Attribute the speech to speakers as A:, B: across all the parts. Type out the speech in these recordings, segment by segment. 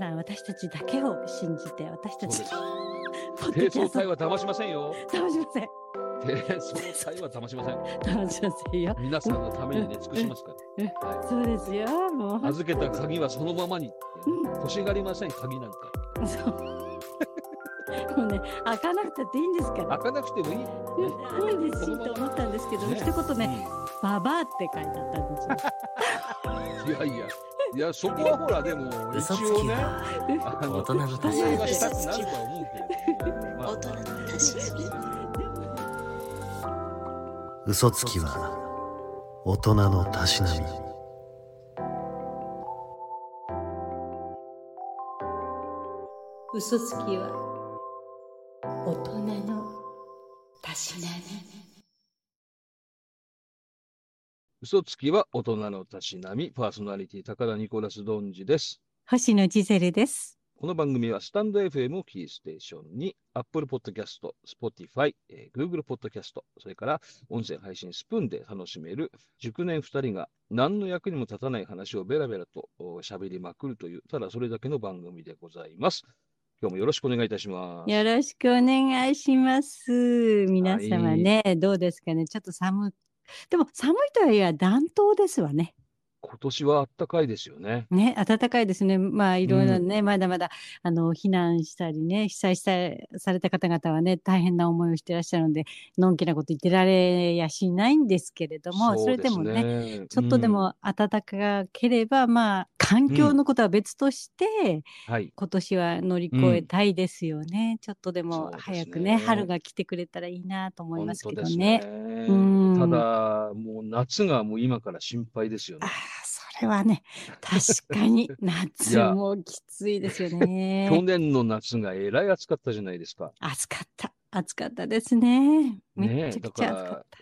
A: な私たちだけを信じて、私たちのポッ
B: 低
A: ドキ
B: 層
A: ャスト
B: 体は騙しませんよ。
A: 騙しません。
B: 低層体は騙しません。
A: 騙しませんよ。
B: 皆さんのためにね、尽くしますか
A: うん
B: ら。は
A: そうですよ。もう
B: い、。預けた鍵はそのままに。
A: うん
B: 欲しがりません、鍵なんか。
A: そう。もうね、開かなくたっていいんですから。
B: 開かなくてもいい。
A: うん、いいんですしと思ったんですけど、
B: ね
A: 一言ね、ババアって書いてあったんですよ。
B: うんいやいや。いや、そこはほら、でも、一
C: 嘘つ
B: 応
C: き
B: ね、
C: が
B: あ
C: 大
B: の、
C: 人のた
B: 反
C: し
B: 省
C: な
B: は
C: み
B: したくなるとは思うけれども。まあ
D: 大人のたしなみ
C: 嘘つきは大人のたしなみ
D: 嘘つきは大人のたしな
B: 嘘つきは大人のたしなみ、パーソナリティ、高田ニコラス・ドンジです。
A: 星野ジゼルです。
B: この番組はスタンド FM をキーステーションに Apple Podcast、Spotify、えー Google Podcast、それから音声配信スプーンで楽しめる熟年2人が何の役にも立たない話をベラベラとお喋りまくるという、ただそれだけの番組でございます。今日もよろしくお願いいたします。
A: よろしくお願いします。皆様ね、どうですかね。ちょっと寒い。でも寒いとはいえ暖冬ですわね。
B: 今年は暖かいですよね。
A: ね、暖かいですね。まあ、いろいろね、まだまだ、あの、避難したりね、被災したされた方々はね、大変な思いをしてらっしゃるので、のんきなこと言ってられやしないんですけれども、それでもね、
B: ね
A: ちょっとで、も暖かければ、まあ、環境のことは別として、
B: うんはい。
A: 今年は乗り越えたいですよね。ちょっとでも
B: そうですね
A: 早くね春が来てくれたらいいなと思いますけどね。
B: 本当です
A: うん
B: ただ、もう夏がもう今から心配ですよ
A: あ
B: ね
A: あ。、それはね、確かに夏
B: や
A: もきついですよ
B: 去
A: ね。
B: 年の夏がえらい暑かったじゃないですか。
A: 暑かった、暑かったですね。めっちゃくちゃ
B: ねえだ
A: 暑
B: から
A: かった。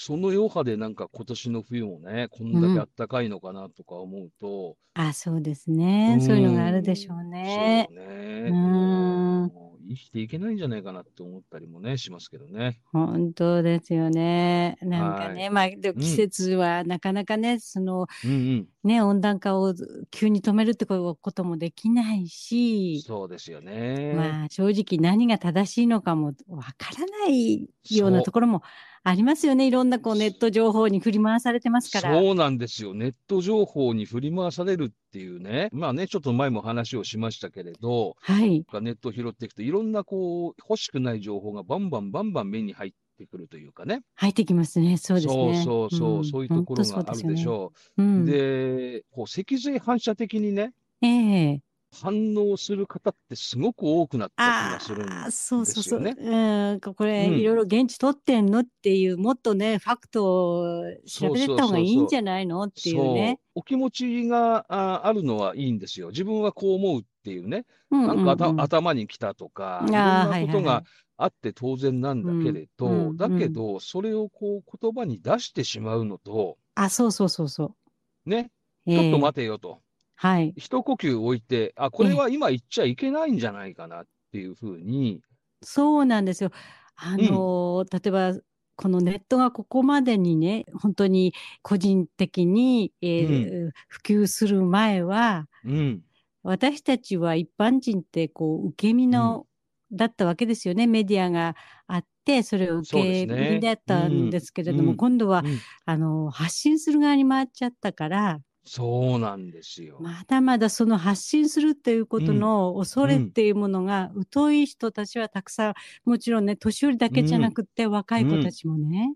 B: その余波でなんか今年の冬もね、こんだけ暖かいのかなとか思うと、
A: あ、そうですね。そういうのがあるでしょうね。
B: そうね。
A: うん
B: もう生きていけないんじゃないかなって思ったりもね、しますけどね。
A: 本当ですよね。なんか
B: は
A: ね、まあ、でも季節はなかなかね、その、
B: うんうん。
A: ね、温暖化を急に止めるってこともできないし、
B: そうですよね。
A: まあ正直何が正しいのかもわからないようなところもありますよね。いろんなこうネット情報に振り回されてますから。
B: そうなんですよ。ネット情報に振り回されるっていうね。まあね、ちょっと前も話をしましたけれど、
A: はい。
B: ネットを拾っていくと、いろんなこう、欲しくない情報がバンバンバンバン目に入ってくるというかね。
A: 入ってきますね。そうですね。
B: そうそうそう、
A: ん
B: そういうところがあるでし。ょ
A: 本当そ
B: う。
A: うですよね
B: で、こう脊髄反射的にね、
A: うん。ええ
B: 反応する方ってすごく多くなった気
A: あ
B: がするんですよ
A: あ、
B: ね。
A: そうそうそう。
B: ね
A: うん、これ、
B: うん
A: いろいろ現地取ってんのっていう、もっとね、ファクトを調べてった方がいいんじゃないのっていうね。
B: お気持ちがああるのはいいんですよ。自分はこう思うっていうね、
A: うん
B: なんかあた
A: うんうん
B: 頭にきたとか、いろん
A: あー
B: なこ
A: は
B: と
A: いはいはい
B: があって当然なんだけれ
A: うんうんう
B: ど、
A: ん
B: だけど、それをこう言葉に出してしまうのと、
A: あ、そうそうそうそう。
B: ね、
A: え
B: ちょっと
A: え
B: 待てよと、
A: はい。
B: 一呼吸置いて、あ、これは今言っちゃいけないんじゃないかなっていうふうに、
A: そうなんですよ。あのー、例えば、このネットがここまでにね、本当に個人的に、えー普及する前は、
B: うん、
A: 私たちは一般人ってこう受け身の、だったわけですよね。メディアがあって、それを
B: そう
A: 受け
B: ですね
A: 身だったんですけれど
B: うん
A: も、
B: うん
A: 今度は、
B: うん
A: あのー発信する側に回っちゃったから、
B: そうなんですよ。
A: まだまだその発信するっていうことの恐れっていうものが疎い人たちはたくさん、もちろんね、年寄りだけじゃなくって若い子たちもね。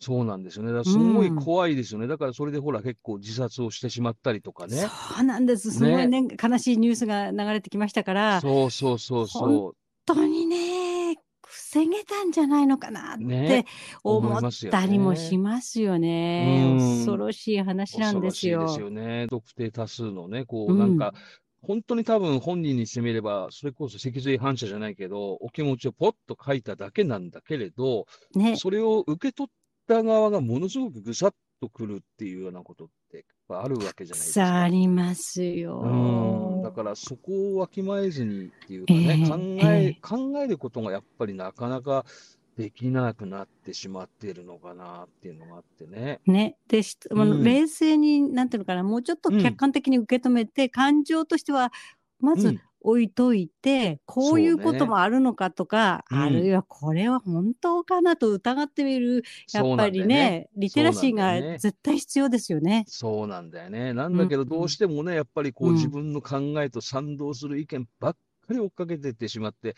B: そうなんですよね。だからすごい
A: うん
B: 怖いですよね。だからそれでほら結構自殺をしてしまったりとかね。
A: そうなんです。すごいね、悲しいニュースが流れてきましたから、
B: そうそうそうそ
A: 本当にね、防げたんじゃないのかなっ
B: ね
A: て思
B: 思い
A: っ
B: ますよね
A: たりもしますよね。
B: うん
A: 恐ろしい話
B: う。
A: なん
B: 恐
A: で
B: ろ
A: す
B: しいで
A: よ。
B: すよね。特定多数のね、こ
A: う
B: うんなんか、本当に多分本人にしてみれば、それこそ脊髄反射じゃないけど、お気持ちをポッと書いただけなんだけれど、
A: ね、
B: それを受け取った側がものすごくぐさっとくるっていうようなことってやっぱあるわけじゃないです
A: さあ
B: か。
A: ります
B: うんだ
A: よ。
B: からそこをわきまえずにっていうか
A: ええ
B: ね、考
A: え
B: え
A: え、
B: 考えることがやっぱりなかなかできなくなってしまっているのかなっていうのがあってね。
A: ね、で、しあの
B: うん
A: 冷静に、なんていうのかな、もうちょっと
B: うん
A: 客観的に受け止めて、感情としては、ま
B: う
A: ず
B: ん
A: 置いといて、こういう
B: そうね
A: こともあるのかとか、
B: うん
A: あるいはこれは本当かなと疑ってみる、や
B: そう
A: っ
B: な
A: ぱ
B: んだ
A: り
B: よ
A: ねリテラシーが絶対必要ですよね。
B: そうなんだよね。なんだけど、
A: うん
B: どうしてもね、やっぱりこう
A: うん
B: 自分の考えと賛同する意見ばっかり追っかけてってしまって、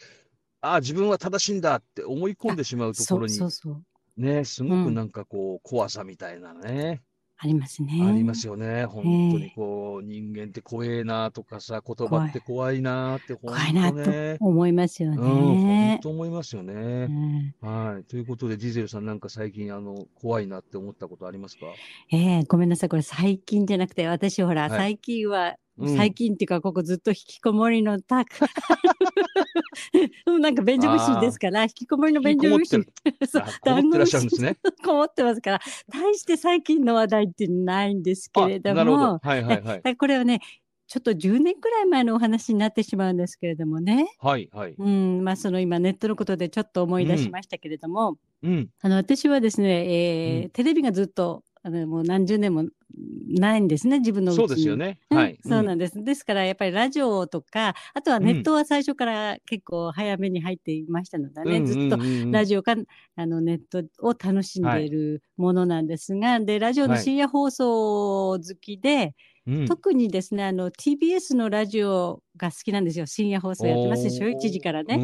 B: ああ、自分は正しいんだって思い込んでしまうと
A: そ
B: ころ
A: う
B: に
A: そ、うそう。
B: ね、すごく
A: うん
B: なんかこう、怖さみたいなね、
A: ありますね。
B: ありますよね。本当にこう、人間って怖えなとかさ、言葉って怖いなって、本
A: 怖いな
B: 当
A: と
B: ね。
A: 思いますよ
B: うん、本
A: ね。
B: 当思いますよ
A: う
B: ね。
A: ん
B: はい。ということで、ディゼルさんなんか最近、あの、怖いなって思ったことありますか
A: ええごめんなさい。これ最近じゃなくて、私ほら、
B: はい
A: 最近は、
B: うん
A: 最近っていうか、ここずっと引きこもりのたく、 なんか便所無視ですから、引きこもりの便所無視
B: 引き。
A: そう
B: あこもってらっしゃるんですね。
A: 旦那無視こもってますから、大して最近の話題ってないんですけ
B: あ
A: れど
B: なるほど
A: も、。
B: はいはいはい
A: だ。からこれはね、ちょっと10年くらい前のお話になってしまうんですけれどもね。
B: はいはい。
A: うん、まあその今ネットのことでちょっと思い出しましたけれども、
B: うん。
A: あの私はですね、えー
B: うん
A: テレビがずっとあのもう何十年もないんですね自分のうち
B: そ
A: に
B: うですよね。
A: うん
B: はい。
A: そうなんんです。ですから、やっぱりラジオとか、あとはネットは最初から結構早めに入っていましたのでね、ずっとラ
B: ジ
A: ジオか、あのネットを楽しんでいるものなんですが、で、ラジオの深夜放送好きで、
B: オ
A: 特にですね、あの TBS のラジオが好きなんですよ。深夜放送やってますでしょ、1時からね。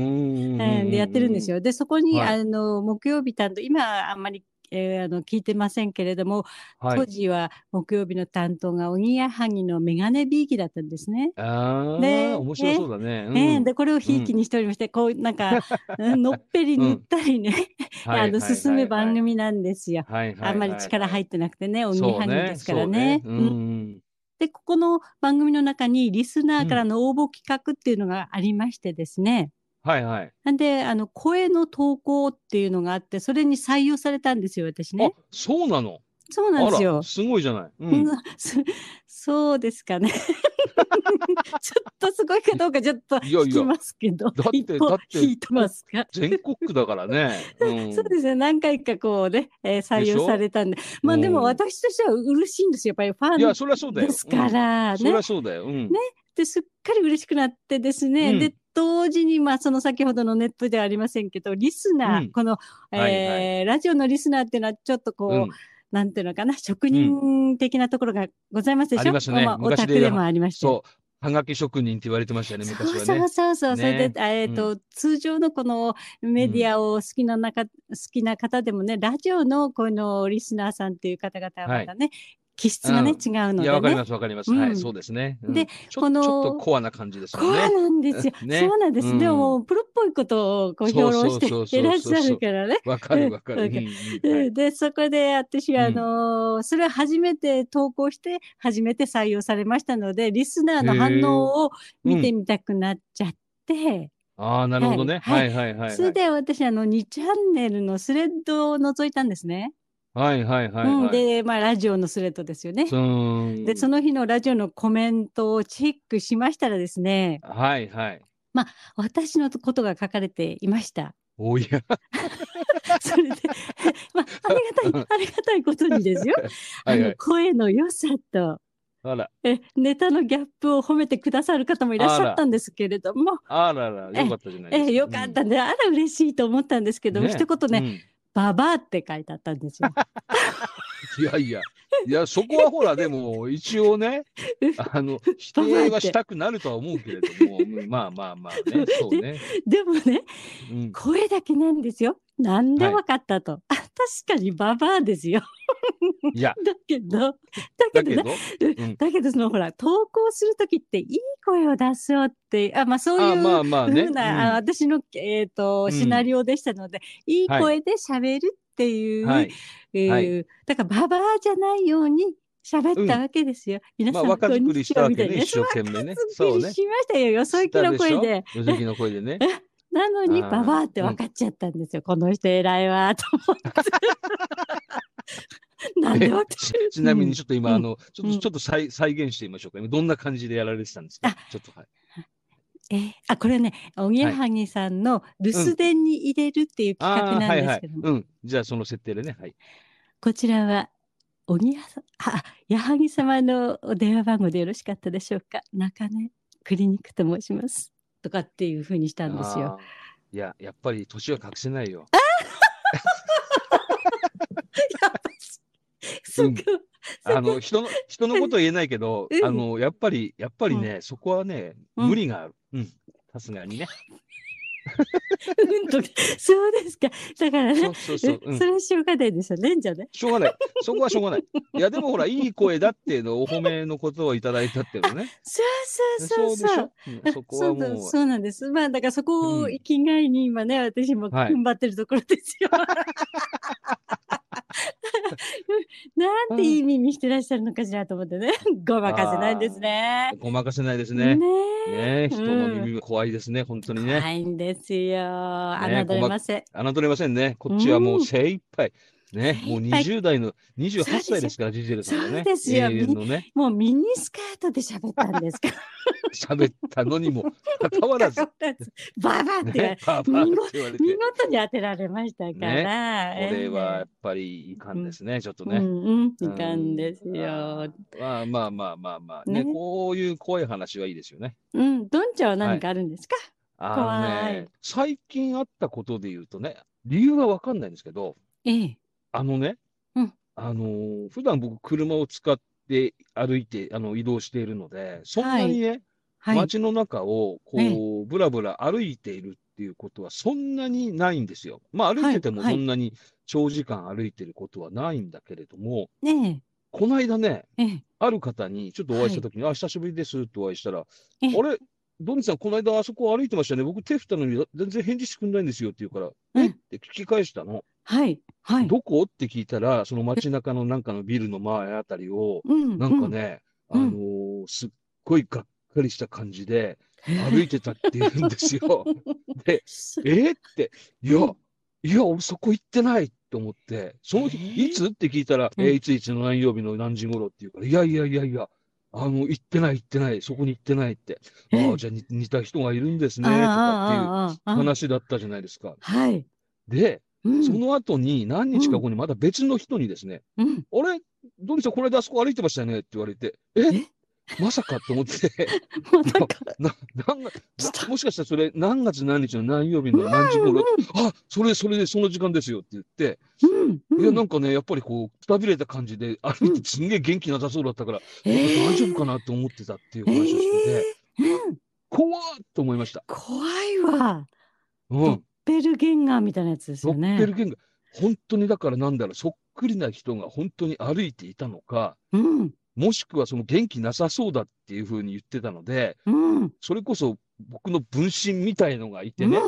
A: うんでやってるんです。よ。で、そこに、
B: はい
A: あの、木曜日担当、今あんまり、えーあの聞いてませんけれども、
B: おー
A: 当時は木曜日の担当がおぎやはぎのメガネビーキだったんですね。
B: はい。あ
A: ね
B: あ、面白そうだね。うん
A: ええでこれをひいきにしておりまして、こうなん かうんのっぺり塗ったりね、
B: は
A: あ
B: いはい
A: の
B: はい
A: 進む番組なんですよ。
B: はいはいはい
A: あんまり力入ってなくてね、おぎ
B: そう
A: やはぎですからね。
B: そう
A: う
B: うんん
A: でここの番組の中にリスナーからの応募企画っていうのがありましてですね、
B: はいはい。
A: なんであの声の投稿っていうのがあってそれに採用されたんですよ私
B: あ
A: ね。、
B: そうなの。
A: そう
B: あ
A: なんですよ
B: ら、。すごいじゃない。う
A: うん
B: ん。
A: そそうですかね。 ちょっとすごいかどうかちょっと
B: いやいや
A: 聞きますけど、
B: だって
A: 一歩
B: だって
A: 引いてますか。
B: 全国区だから ね。うん
A: そうですね何回かこうね、えー採
B: でしょ
A: 用されたんでまあで
B: う
A: も
B: ん
A: 私としては嬉しいんですよやっぱり
B: い
A: フ
B: や、そりゃ
A: ァ
B: そう
A: ン
B: だよ。
A: ですか
B: うん。
A: ら
B: そり
A: ね
B: ゃ。そうだよ。うん。
A: ですっかり嬉しくなってですね、
B: うん
A: で同時にまあその先ほどのネットではありませんけどリスナー、
B: うん
A: この、えー
B: はい
A: ラジオのリスナーっていうのはちょっとこう、
B: うん
A: なんていうのかな職人的なところがございますでしょ、
B: ありますね
A: まあ、お
B: 昔で
A: 宅でもありましたよ
B: そう。はがき職人って言われてましたよね、
A: そ
B: 昔は
A: うそう
B: ね。
A: そうそう、それ
B: ね
A: で、あえっ、と、通常のこのメディアを好きな中、好きな方でもね、ラジオのこのリスナーさんっていう方々はまたね、気質がね、
B: うん
A: 違うの
B: いや、わか
A: で
B: り
A: ね
B: ま。す、わかります。
A: うん
B: はい、そうですね。うん
A: で
B: ちょ
A: この
B: ちょっとコアな感じです
A: コ
B: よ
A: ア
B: ね。
A: なんですよ。
B: ね
A: そうなんです。でもも
B: う
A: う、プロっぽいことをこう
B: そ
A: 評
B: うそう
A: 論
B: そ
A: し
B: う
A: て
B: そう
A: いらっしゃるからね。
B: わかる、わかる。
A: う
B: うんんうんはい
A: うんで、そこで私は、
B: う
A: あ
B: ん
A: のーそれを初めて投稿して、初めて採用されましたので、リスナーの反応を見てみたくなっちゃって、
B: ああ、なるほどね。は、
A: はい
B: はい、はい。
A: それで私、あの、2チャンネルのスレッドを覗いたんですね。
B: はい、はい、はい。
A: うん、
B: はい、
A: で、まあ、ラジオのスレッドですよね。
B: そーん
A: で、その日のラジオのコメントをチェックしましたらですね、
B: はい、はい。
A: 私のことが書かれていました。
B: おや、
A: それで、まあ、ありがたい、ありがたいことにですよ。
B: は
A: あ
B: い、は
A: の
B: い。
A: 声の良さと、
B: あら、
A: えネタのギャップを褒めてくださる方もいらっしゃったんですけれども、
B: あらら、よかったじゃないです
A: えよかったんで、あら嬉しいと思ったんですけど、一言ね、
B: ね
A: ババアって書いてあったんですよ。
B: うん。いやいや、いや、そこはほら、でも、一応ね、あの、否定はしたくなるとは思うけれども、うんまあまあまあね、そうね。
A: でもね、
B: うん
A: 声だけなんですよ。なんでわかったと。あ、確かにババアですよ。
B: いや、
A: だけど、だけ
B: だけ
A: ど
B: ど
A: ね、、
B: うん
A: だけどそのほら、投稿するときっていい声を出そうって、あ、まあそう
B: あ
A: い
B: ー
A: う
B: まあまあ
A: ふ
B: ね。
A: うな、あ
B: うん
A: 私の、えっ、と、シナリオでしたので、いい
B: はい
A: 声で喋るっていう、
B: はい。
A: えー
B: はい
A: だからババアじゃないように喋ったわけですよ。皆
B: ま
A: さ
B: あ、
A: ん、
B: 若
A: こん
B: 作り
A: に
B: し
A: ち
B: た
A: は
B: わ
A: みた
B: け
A: いな
B: ね、
A: ね。
B: 一
A: そ
B: 生
A: う
B: 懸命ね。
A: す
B: そう
A: っき
B: ね
A: り。しましたよ、よそ行きの声で。
B: よそ行きの声でね。
A: なのに
B: あー
A: ババアって分かっちゃったんですよ。この人偉いわーと思 って。なんで分かってる
B: ちなみに
A: うん
B: ちょっと今、
A: うん
B: あの、ちょっ
A: う
B: と
A: ん
B: ちょっと再再現してみましょうか。今どんな感じでやられてたんですか
A: あ
B: ちょっとはい。
A: えーあこれはねおぎやはぎさんの留守電に入れるっていう企
B: あ
A: 画
B: あー、
A: なん
B: はい
A: で
B: は
A: す
B: い
A: けど。も、
B: うん。じゃあその設定でね。はい。
A: こちらはおぎやさあ矢作様のお電話番号でよろしかったでしょうか中根クリニックと申します。とかっていう風にしたんですよ。
B: あー。いや、やっぱり年は隠せないよ。
A: やっぱりそ
B: うん
A: こ、
B: あの、人の、人のことは言えないけど
A: う、ん
B: あの、やっぱり、やっぱりね、そこはね、
A: うん
B: 無理がある。うん。さすが にね。
A: うんと、 そうですか。だから
B: そ
A: ね
B: う、そう
A: え
B: そう。うん
A: そ。れはしょうがないですよね、じゃあね。
B: しょうがない。そこはしょうがない。いや、でもほら、いい声だっていうのをお褒めのことをいただいたっていうのね。
A: そう そうそう
B: でし
A: そう
B: ょ。うんそこは
A: そうだ
B: もう
A: そ、うなんです。まあだからそこ
B: う
A: を
B: ん
A: 生きがいに今ね、私も
B: はい
A: 踏ん張ってるところですよ。なんていい意味にしてらっしゃるのかしらと思ってね。ごまかせないんですね。
B: ごまかせないですね。ね
A: え
B: え人の耳が怖いですね、本当にね。
A: 怖いんですよ。侮れません。
B: 侮れませんね。こっちはもう精一杯。ね、
A: 精
B: もう
A: 一杯
B: 20代の、
A: そう
B: 28
A: ですよ
B: 歳ですから、ジジェルさんはね。
A: そうですよ
B: 永遠のね、
A: もうミニスカートで喋ったんですか。
B: 喋ったのにも、かかわらず、
A: ババって言われ
B: ね、パーパーって言われて。
A: 見
B: こ
A: 事に当てられましたから。
B: れはや
A: え
B: っぱりいかんですね、ちょっと
A: え
B: ね。
A: うんうん、いかんですよ。
B: まあまあまあまあまあ、ね、
A: ね
B: こういう怖い話はいいですよね。
A: うん、どんちゃんは何かあるんですか、
B: あの
A: 怖
B: ね、最近あったことで言うとね、理由はわかんないんですけど、
A: ええ。
B: あのね、
A: うん
B: あのー普段僕車を使って歩いて、あの、移動しているので、そんなにね、
A: はい。
B: 街の中を
A: え
B: こう、ぶらぶら歩いているっていうことはそんなにないんですよ。まあ歩いてても
A: はい
B: そんなに長時間歩いてることはないんだけれども、
A: ね
B: この間ね、
A: え。ええ。
B: ある方にちょっとお会いしたときに、あ、久しぶりですとお会いしたら、あ
A: ええ
B: れ、ドンさん、この間あそこ歩いてましたね。僕手振ったのに全然返事してくんないんですよって言うから、
A: うん
B: えって聞き返したの。
A: はい。はい。
B: どこって聞いたら、その街中のなんかのビルの前あたりを、
A: うん。
B: なんかね、あ
A: うん
B: のーすっごいがっかりした感じで歩いてたって言うんで すよ。で、
A: す。
B: えって、いや、いや、俺そこ行ってないと思って、その日、
A: えー
B: いつって聞いたら、
A: うん
B: えーいついつの何曜日の何時頃っていうから、いやいやいやいや、あの、行ってない行ってない、そこに行ってないって、
A: えー
B: ああ、じゃあ似似た人がいるんですね、
A: あ
B: と
A: あ
B: か
A: ああ
B: っていう
A: ああ
B: 話だったじゃないですか。
A: はい。
B: で、
A: うん
B: その後に何日か後にまた別の人にですね、
A: うん。
B: あれドリさん、これであそこ歩いてましたよねって言われて、
A: え
B: えまさかと思って、
A: またか。
B: な、なんが
A: ちょっと
B: もしかしたらそれ、何月何日の何曜日の何時頃、あ、それ、それでその時間ですよって言って、
A: うん。
B: いや、
A: うん
B: なんかね、やっぱりこう、くたびれた感じで歩いて、すんげえ元気なさそうだったから、
A: ええ
B: 大丈夫かなと思ってたっていう話をしてて、
A: うん
B: 怖ーっと思いました。
A: 怖いわ。
B: う
A: そ
B: ん。
A: ベルゲンガーみたいなやつです
B: ロ
A: よ
B: ッペ
A: ね
B: ル。ゲンガー。本当にだからなんだろう、そっくりな人が本当に歩いていたのか、
A: うん。
B: もしくはその元気なさそうだっていうふうに言ってたので、
A: うん。
B: それこそ僕の分身みたいのがいて
A: うん。
B: ね、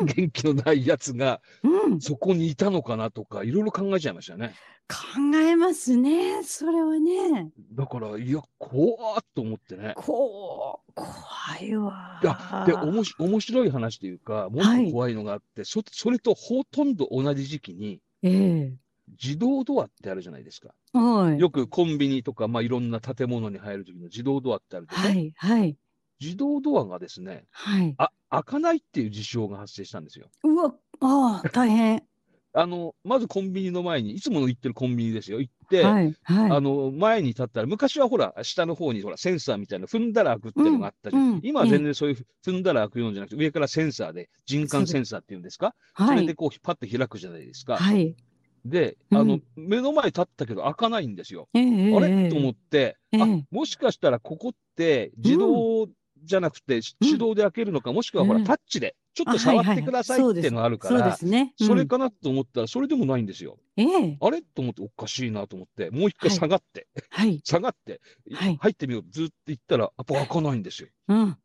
A: うん。
B: 元気のないやつが
A: うん。
B: そこにいたのかなとか、いろいろ考えちゃいましたね。
A: 考えますね。それはね。
B: だから、いや、怖ーっと思ってね。
A: こう。怖いわ。
B: いや、で、おもし、面白い話というか、もっと怖いのがあって、そ、それとほとんど同じ時期に、
A: ええ。
B: 自動ドアってあるじゃないですか。
A: はい。
B: よくコンビニとか、まあ、いろんな建物に入る時の自動ドアってあるけど、
A: はい。はい。
B: 自動ドアがですね、
A: はい。
B: あ、開かないっていう事象が発生したんですよ。
A: うわ。ああ、大変。
B: あの、まずコンビニの前に、いつもの行ってるコンビニですよ。行って、
A: はい。はい。
B: あの、前に立ったら、昔はほら、下の方にほら、センサーみたいな、踏んだら開くっていうのがあったじゃん。
A: うんうん
B: 今は全然そういう、踏んだら開くようじゃなくて、上からセンサーで、人感センサーっていうんですか
A: は
B: それで
A: い。
B: こう、パッと開くじゃないですか。
A: はい。
B: で、
A: うん
B: あの、目の前立ったけど開かないんですよ。
A: ええ。
B: あれと思って、
A: ええ
B: あ、もしかしたらここって、自動じゃなくて、手動で開けるのか、もしくはほ
A: う
B: ら、
A: ん
B: タッチで、ちょっ
A: あは
B: と
A: い
B: 触
A: はい
B: ってくださいっていうのがあるか
A: そうで
B: ら、
A: すね。
B: それ
A: うん
B: かなと思ったら、それでもないんですよ。
A: ええ。
B: あれと思って、おかしいなと思って、もう一回
A: はい
B: 下がって、
A: はい。
B: 下がって、い
A: はい
B: 入ってみよう、ずっと行ったら、やっぱ開かないんですよ。
A: うん。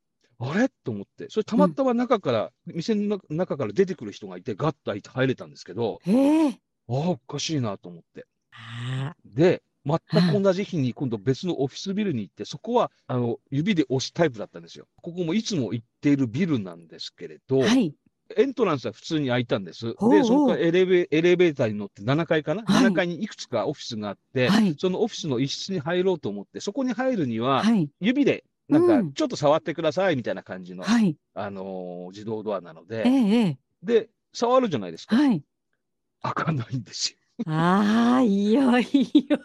B: あれと思って、それたまたま中から、店の中中から出てくる人がいて、ガッと開いて入れたんですけど、
A: ええ。
B: ああ、おかしいなと思って。
A: ああ。
B: で、全く同じ日に今度別のオフィスビルに行って、そこはあの指で押すタイプだったんですよ。ここもいつも行っているビルなんですけれど、
A: はい。
B: エントランスは普通に開いたんです。
A: ほう
B: で、そこからエレベエレベーターに乗って7階かな、
A: はい
B: ?7 階にいくつかオフィスがあって、
A: はい。
B: そのオフィスの一室に入ろうと思って、そこに入るには、
A: はい。
B: 指で、な
A: うんん
B: か、ちょっと触ってくださいみたいな感じの、
A: はい。
B: あのー自動ドアなの
A: ええ
B: で、。
A: ええ。
B: で、触るじゃないですか。
A: はい。
B: 開かない んですよ。
A: ああ、いいよ、いいよ。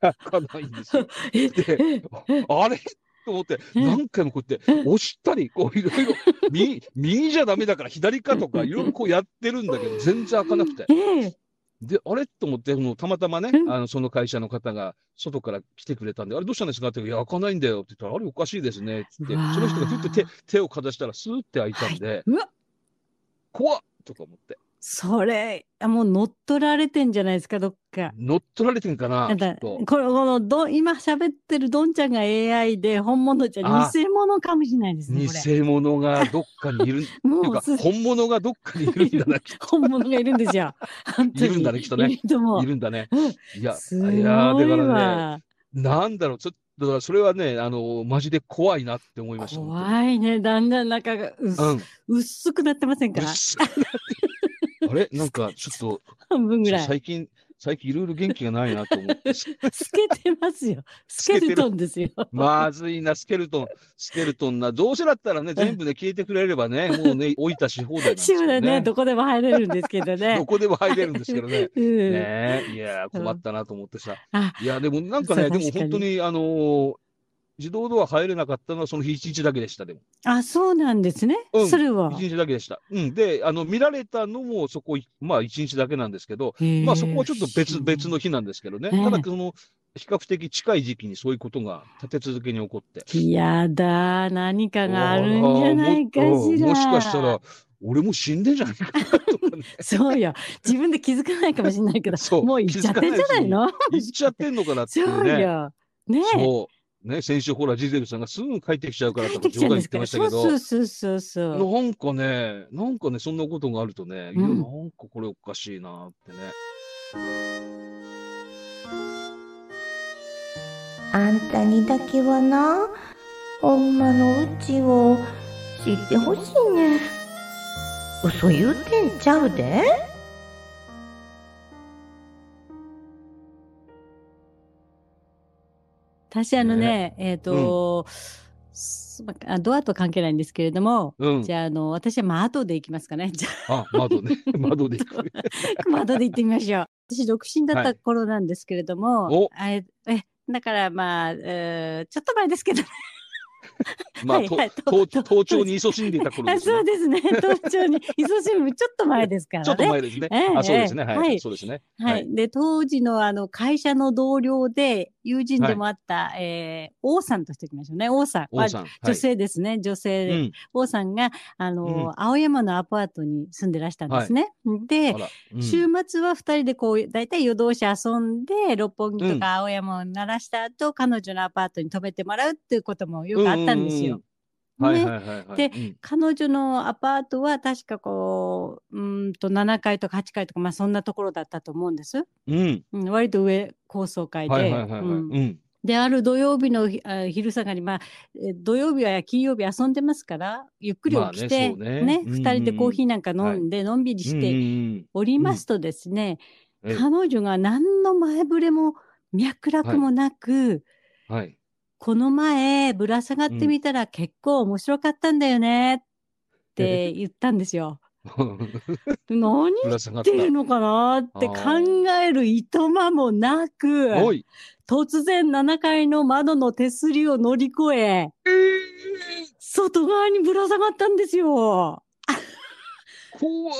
B: 開かないんですよ。
A: え
B: で、ああれと思って、何回もこうやって押したり、こういろいろ、右、右じゃダメだから左かとか、いろいろこうやってるんだけど、全然開かなくて。
A: ええ
B: で、あれと思って、もうたまたまね
A: う、ん
B: あの、その会社の方が外から来てくれたんで、あれどうしたんですかって言うからいや、開かないんだよって言ったら、あれおかしいですね。って言
A: うわ
B: って、
A: ー
B: その人がふっと手、手をかざしたらスーって開いたんで、
A: うわ
B: 怖っとか思って。
A: それ、あもう乗っ取られてんじゃないですか、どっか。
B: 乗っ取られてんかな
A: なん
B: き
A: か
B: っと
A: こ。れこのど今喋ってるどんちゃんが AI で本物じゃ
B: あ
A: 偽物かもしれないですね。これ
B: 偽物がどっかにいる、って
A: も
B: いう
A: う
B: か、
A: す
B: 本物がどっかにいるん だな、きっ
A: 本物がいるんですよ。本当に
B: いるんだねきっとね
A: いると思
B: と
A: う
B: いるんだね。いや、
A: すごい
B: いやーだからね、
A: わ。
B: なんだろう、ちょっと、だからそれはね、あの、マジで怖いなって思いました。本
A: 怖いね。だんだん中が薄,、
B: 当に
A: 薄くなってません
B: う
A: か
B: ん。うっすあれ なんか、ちょっと、
A: 半分ぐらい。
B: 最近、最近いろいろ元気がないなと思って。
A: 透けてますよ。スケルトンですよ。
B: まずいな、スケルトン、スケルトンな。どうせだったらね、全部ね、消えてくれればね、もうね、置いたし放題なんです
A: シ
B: よ
A: ムだ
B: ね。
A: ね、どこでも入れるんですけどね
B: ど。こでも入れるんですけ どね。
A: うん
B: ねえ、いやー、困ったなと思ってさ。
A: あ、
B: いや、でもなんか
A: そ
B: ね、
A: う
B: でも
A: 確か
B: 本
A: に
B: 当に、あのー自動ドア入れなかったのはその日一日だけでした、でも。
A: あ、そうなんですね。
B: うん
A: それは。
B: 一日だけでした。うん。で、あの、見られたのもそこ、まあ一日だけなんですけど、まあそこはちょっと別、別の日なんですけどね。
A: ええ
B: ただ、その、比較的近い時期にそういうことが立て続けに起こって。
A: 日。やだー、何かがあるんじゃないか
B: あーも
A: しら。
B: うんもしかしたら、俺もう死んでんじゃないかなとかね。
A: そうよ。自分で気づかないかもしれないけど、
B: そう
A: もう行っちゃってんじゃないの
B: 言っちゃってんのかなってい
A: そうう
B: ね。
A: よ。ねえ。
B: そう。ね、先週ほら、ジゼルさんがすぐ帰ってきちゃうから
A: 帰って
B: とか
A: きちゃ
B: 冗談
A: うん
B: 言
A: で
B: っ
A: す
B: て
A: か
B: ま
A: ら。
B: したけ
A: そうそ
B: ど。
A: うそうそうそう。
B: なんかね、なんかね、そんなことがあるとね、いや、
A: うん
B: なんかこれおかしいなってね。
E: あんたにだけはな、ほんまのうちを知ってほしいねん。嘘言うてんちゃうで。
A: 私あのね、えっ、と、すまあドアと関係ないんですけれども、
B: うん
A: じ。ゃあ、あの、私は窓で行きますかね。 じゃ
B: あ、窓ね。窓で行く。
A: あ、窓で行ってみましょ う。私、独身だっ
B: は
A: た
B: い
A: 頃なんですけれども
B: お、
A: あれえ、だからまあ、えーちょっと前ですけど、
B: まあ、
A: はい
B: と
A: はい
B: と
A: と
B: 盗聴に勤しんでいた頃
A: あ
B: で す
A: そう
B: ね。
A: ですね、 東京に、磯新聞、ちょっと前ですからね。
B: ちょっと前ですね
A: ええ。
B: あ、そうですね。
A: ええ
B: は。
A: はいい
B: そうですね。
A: は
B: はい
A: い。で、当時のあの、会社の同僚で、友人でもあった、えー王さんとしておきましょうね。王さん。
B: 王さん。
A: あ女性ですね、女性
B: はい。
A: で。
B: うん。
A: 王さんが、あの、
B: うん
A: 青山のアパートに住んでらしたんですね。で、
B: あら。うん
A: 週末は二人でこう、だいたい夜通し遊んで、六本木とか青山を鳴らした後、彼女のアパートに泊めてもらうっていうこともよくあったんですよ。
B: うんうんうん。
A: ね
B: はいはいはいはい。
A: で
B: うん
A: 彼女のアパートは確かこう、うーんと7階とか8階とか、まあそんなところだったと思うんです。
B: うん。
A: うん、割と上高層階で。
B: はいはいはいはい。
A: う
B: うんん。
A: で、ある土曜日のひあ昼下がり、まあ、えー土曜日や金曜日遊んでますから、ゆっくり
B: まあね
A: 起きて、
B: そうね
A: ね、
B: うんうん
A: 二人でコーヒーなんか飲んで、のんびりし
B: うんう
A: て
B: ん
A: おりますとですね、
B: うんええ
A: 彼女が何の前触れも脈絡もなく、
B: うんはい。
A: この前、ぶら下がってみたら結構面白かったんだよねって言ったんですよ。何
B: ぶ
A: 言
B: ら下が
A: っ
B: った
A: て。るのかなって考
B: あー
A: えるいとまもなく、
B: おい。
A: 突然7階の窓の手すりを乗り越え、外側にぶら下がったんですよ。
B: 怖っ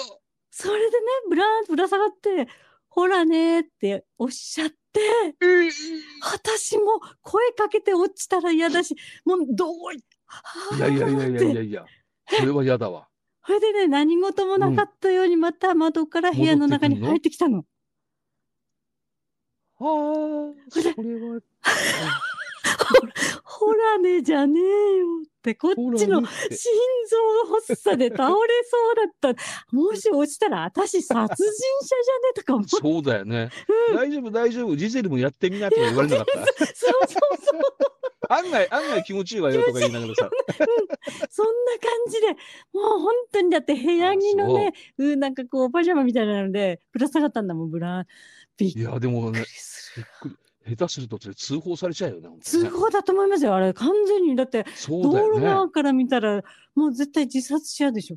A: それでね、ぶらぶら下がって、ほらねっておっしゃって、私も声かけて落ちたら嫌だし、もうどうい、
B: いやいやいやいやい
A: はあって
B: やいや。それは嫌だ わ。
A: それでね、何事もなかったようにまた窓から部屋の中に入ってきたの。
B: はあ、
A: そ
B: それ
A: れ
B: は、
A: ほらねじゃねえよって、こっ
B: ほら
A: ちの
B: 見 て
A: 心臓の発作で倒れそうだった。もし落ちたら私殺人者じゃねとか思って。
B: そうだよね。大丈夫、大丈夫、ジゼルもやってみなとか言われなかっ
A: そうそうそう。
B: た。案外、案外気持ちいいわよとか言いながらさ。
A: そんな感じで、もう本当にだって部屋着のね、うんなんかこう、パジャマみたいなので、ぶら下がったんだもん、ぶら。びっ
B: い
A: く
B: や、でも
A: り
B: ね、
A: す
B: びっ
A: る。
B: くり。下手するとそれ通報されちゃうよね。本当ね
A: 通報だと思いますよ、あれ。完全に。だって、
B: そう
A: 道
B: だよ
A: 路
B: ね。
A: 側から見たら、もう絶対自殺者でしょ。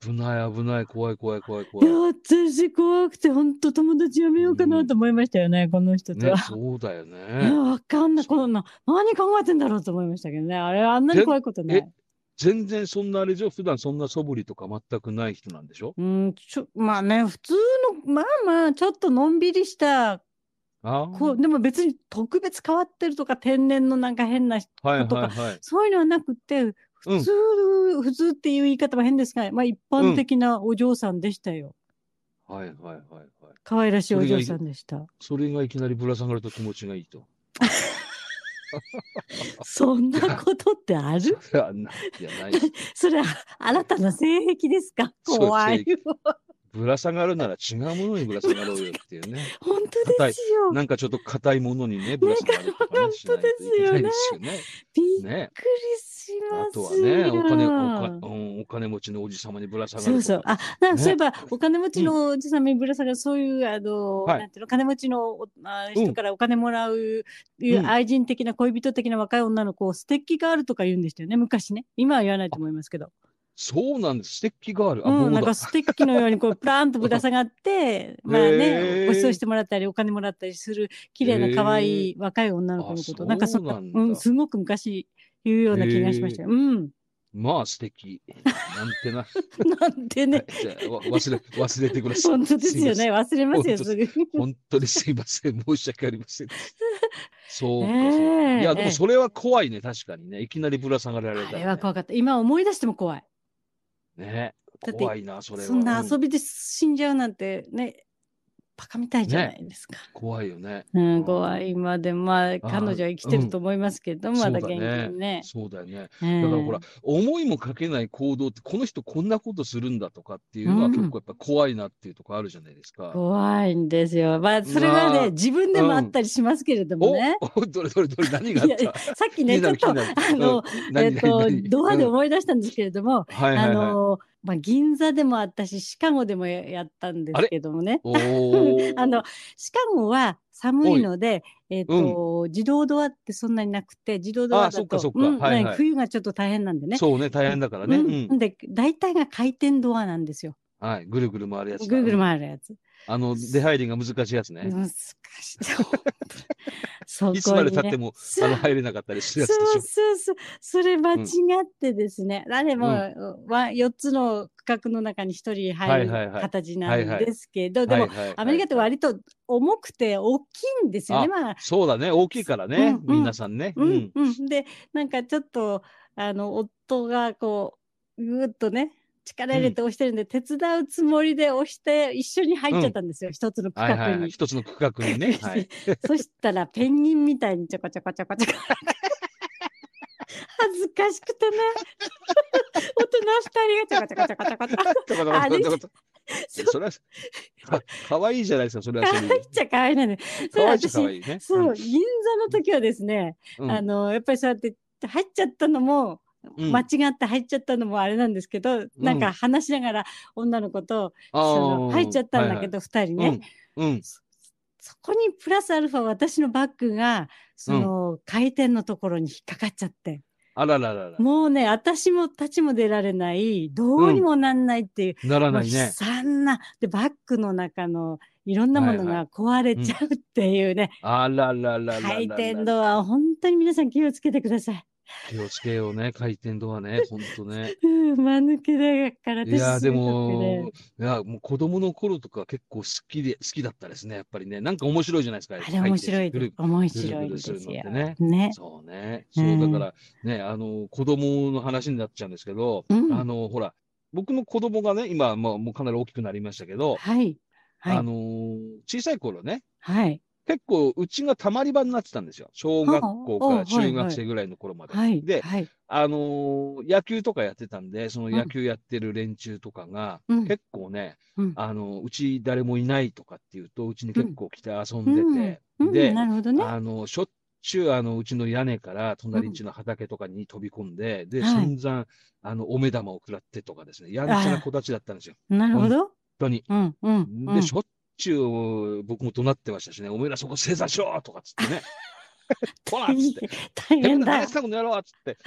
B: 危ない、危ない、怖い、怖い、怖い、
A: い
B: 怖い
A: や。私怖くて本当友達やめようかなと思いましたよね、この人と
B: ね
A: は。、
B: そうだよ
A: いや
B: ね。
A: わかんないこんな何考えてんだろうと思いましたけどねあれあんなに怖いことな
B: え
A: い。
B: 全然そんなあれでしょ普段そんな素振りとか全くない人なんでしょ
A: うんちょまあね普通のまあまあちょっとのんびりした
B: ああ。
A: こうでも別に特別変わってるとか天然のなんか変な
B: はい
A: こと
B: はい
A: か
B: はい。
A: そういうのはなくて普通、普通っていう言い方は変ですが、まあ、一般的なお嬢さんでしたよ。
B: はいはいはいはい。
A: 可愛らしいお嬢さんでした。
B: それがいきなりぶら下がると気持ちがいいと。
A: そんなことって ある
B: いや、ないやない。
A: それは新たな性癖ですか
B: そう
A: 怖い
B: 性
A: よ。
B: ぶら下がるなら違うものにぶら下がろうよっていうね。
A: 本当ですよ。
B: なんかちょっと硬いものにね、ぶら下がるとかね、しないといけないですよね。
A: びっくり
B: ね。
A: し
B: あ
A: ます
B: と
A: よ。
B: はね、お金おか、うん、お金持ちのおじさまにぶら下がると
A: そうそ
B: か。
A: う。あ、なん
B: ね
A: かそういえば、お金持ちのおじさんにぶら下がる、そういう、あの、
B: はい
A: なんていうの、金持ちのおあ
B: うん
A: 人からお金もらう、いう
B: うん
A: 愛人的な、恋人的な若い女の子を、ステッキガールとか言うんでしたよね、昔ね。今は言わないと思いますけど。
B: そうなんです。ステッキガール。あ、
A: うん、
B: も
A: な
B: うんだ
A: か。ステッキのように、こう、プランとぶら下がって、まあ
B: へー
A: ね、ご馳走してもらったり、お金もらったりする、綺麗な可愛い若い女の子のこ
B: あ
A: と、なんかそんな、
B: そう
A: う
B: なんだ
A: ん、すごく昔言うような気がしましたよ。 うん。
B: まあ素敵。なんてな。
A: なんて
B: は
A: ね
B: い。じゃあわ忘れ、忘れてください。
A: 本当ですよ
B: すい
A: ね。忘れますよ、
B: 本当
A: すぐ。
B: 本当にすいません。申し訳ありません。 そうか。
A: ねえ
B: そうかいや、
A: ええ
B: でもそれは怖いね。確かにね。いきなりぶら下がられたら、
A: あ
B: ね。
A: れは怖かった。今思い出しても怖い。
B: ね。
A: だって
B: 怖いな、それは。
A: そんな
B: う
A: 遊びで死んじゃうなんてね、バカみたいじゃないですか。
B: 怖いよね。
A: うん、怖い。今で、まあ、彼女は生きて
B: うん
A: ると思いますけど、まだ
B: そ
A: 元
B: うだ
A: 気
B: ね
A: にね。
B: そうだよね。
A: ええ
B: だからほら、思いもかけない行動って、この人こんなことするんだとかっていうのは
A: うん
B: 結構やっぱ怖いなっていうとこあるじゃないですか。
A: 怖いんですよ。まあ、それは
B: まあ
A: ね、自分でもあったりしますけれども
B: お
A: ね。
B: お、どれどれどれ、何があっ
A: いやい
B: た
A: やさっき
B: 気
A: ね、
B: に
A: ち
B: な
A: ょっ
B: る
A: と、あ
B: 気になるうん
A: の、え
B: 何
A: っと
B: 何、
A: ドアで
B: うん
A: 思い出したんですけれども、
B: はいは
A: あ
B: いはい。
A: の、まあ、銀座でもあったし、シカゴでもややったんですけどもね。
B: おー
A: あの、シカゴは寒いので、えっ、と、自動ドアってそんなになくて、自動ドアだ
B: あ
A: と
B: そっかそっか
A: うん
B: はいはい
A: 冬がちょっと大変なんでね。
B: そうね、大変だからね。
A: う
B: うん
A: ん、で、大体が回転ドアなんですよ。
B: はい、ぐるぐる回るやつだ。
A: ぐるぐる回るやつ。
B: あの、出入りが難しいやつね。
A: 難しい。そこに、ね、
B: いつまで経っても、
A: そう
B: あの、入れなかったりするやつで
A: そう
B: し
A: そうそう。それ間違ってですね。あれも、わ4つの区画の中に1人入
B: はいはい
A: る
B: はい
A: 形な
B: はいは
A: ん
B: い
A: ですけ
B: ょ。
A: ど、でも、
B: はいはい
A: アメリカって割と重くて大きいんですよね。まあ、
B: そうだね、大きいからね、
A: うんうん
B: 皆さんね。う
A: うんん。うん、でなんかちょっとあの夫がこうぐーっとね力入れて押してるんで、手伝うつもりで押して一緒に入っちゃったんですよ、一つの区画
B: は
A: に、
B: いはいはい。一つの区画 にね。はい。
A: そしたらペンギンみたいにちょこちょこちょこちょこ恥ずかしくて ね大人二人がちょこちょ こちょこちょこ
B: とか
A: あれ
B: とかとか
A: そう
B: それは、かかわいいじゃないですか、そ れはそれで。
A: ちゃ可愛いなんで
B: か
A: それ
B: わいいじゃ
A: 私
B: かわいいね。
A: そう、銀座の時はですね、
B: うん。
A: あのやっぱりそうやって入っちゃったのも
B: うん
A: 間違って入っちゃったのもあれなんですけど、なんか話しながら女の子と、その入っちゃったんだけ
B: ど
A: ど2人ね、。
B: うんうん。
A: そそこにプラスアルファ私のバッグがその、回転のところに引っかかっちゃって
B: あらららら。
A: もうね私もたちも出られないどうにもなんないっていう、
B: なら
A: もう
B: ない
A: 悲
B: ね。
A: 惨なでバッグの中のいろんなもの
B: はいは
A: が壊れちゃうっていうね、
B: あらららららら。
A: 回転ドア本当に皆さん気をつけてください。
B: 気をつけようね、回転ドアね、ほんとね。
A: うん、間抜けだから
B: いやー、
A: す
B: で
A: ごくね
B: も、いや、もう子供の頃とか結構好きで、好きだったですね、やっぱりね。なんか面白いじゃないですか。
A: あれ面白い
B: ぐ
A: で
B: る
A: す。面
B: ぐる
A: 白
B: ぐ
A: い
B: る
A: ですす
B: るのっ
A: よ
B: て。ね。
A: ね。
B: そうね。
A: う
B: そう、だ
A: ん
B: から、ね、あの、子供の話になっちゃうんですけど、
A: うん
B: あの、ほら、僕の子供がね、今、まあ、もうかなり大きくなりましたけど、
A: はい。は
B: あ
A: い。
B: のー小さい頃ね、
A: はい。
B: 結構、うちがたまり場になってたんですよ。小
A: はあ
B: 学校か
A: は
B: ら
A: あはい
B: 中学生ぐらいの頃まで。
A: はい。
B: で、
A: はい。
B: あのー野球とかやってたんで、その野球やってる連中とかが、
A: うん
B: 結構ね、
A: うん
B: あの、うち誰もいないとかっていうと、うちに結構来て遊ん
A: う
B: で
A: ん
B: て、
A: うん
B: で、
A: なるほどね。
B: あの、しょっちゅう、あの、うちの屋根から隣んちの畑とかに飛び込んで、で、
A: はい
B: 散々、あの、お目玉を食らってとかですね、やんちゃな子たちだったんですよ、
A: なるほど。
B: 本当に。
A: うん。うん。う
B: で、
A: ん
B: しょっちゅう僕も怒鳴ってましたしね、おめえらそこ正座しろとかっつってね、こらっつって、
A: 大
B: 変
A: 変
B: な
A: だ
B: 話。だこの野郎っつって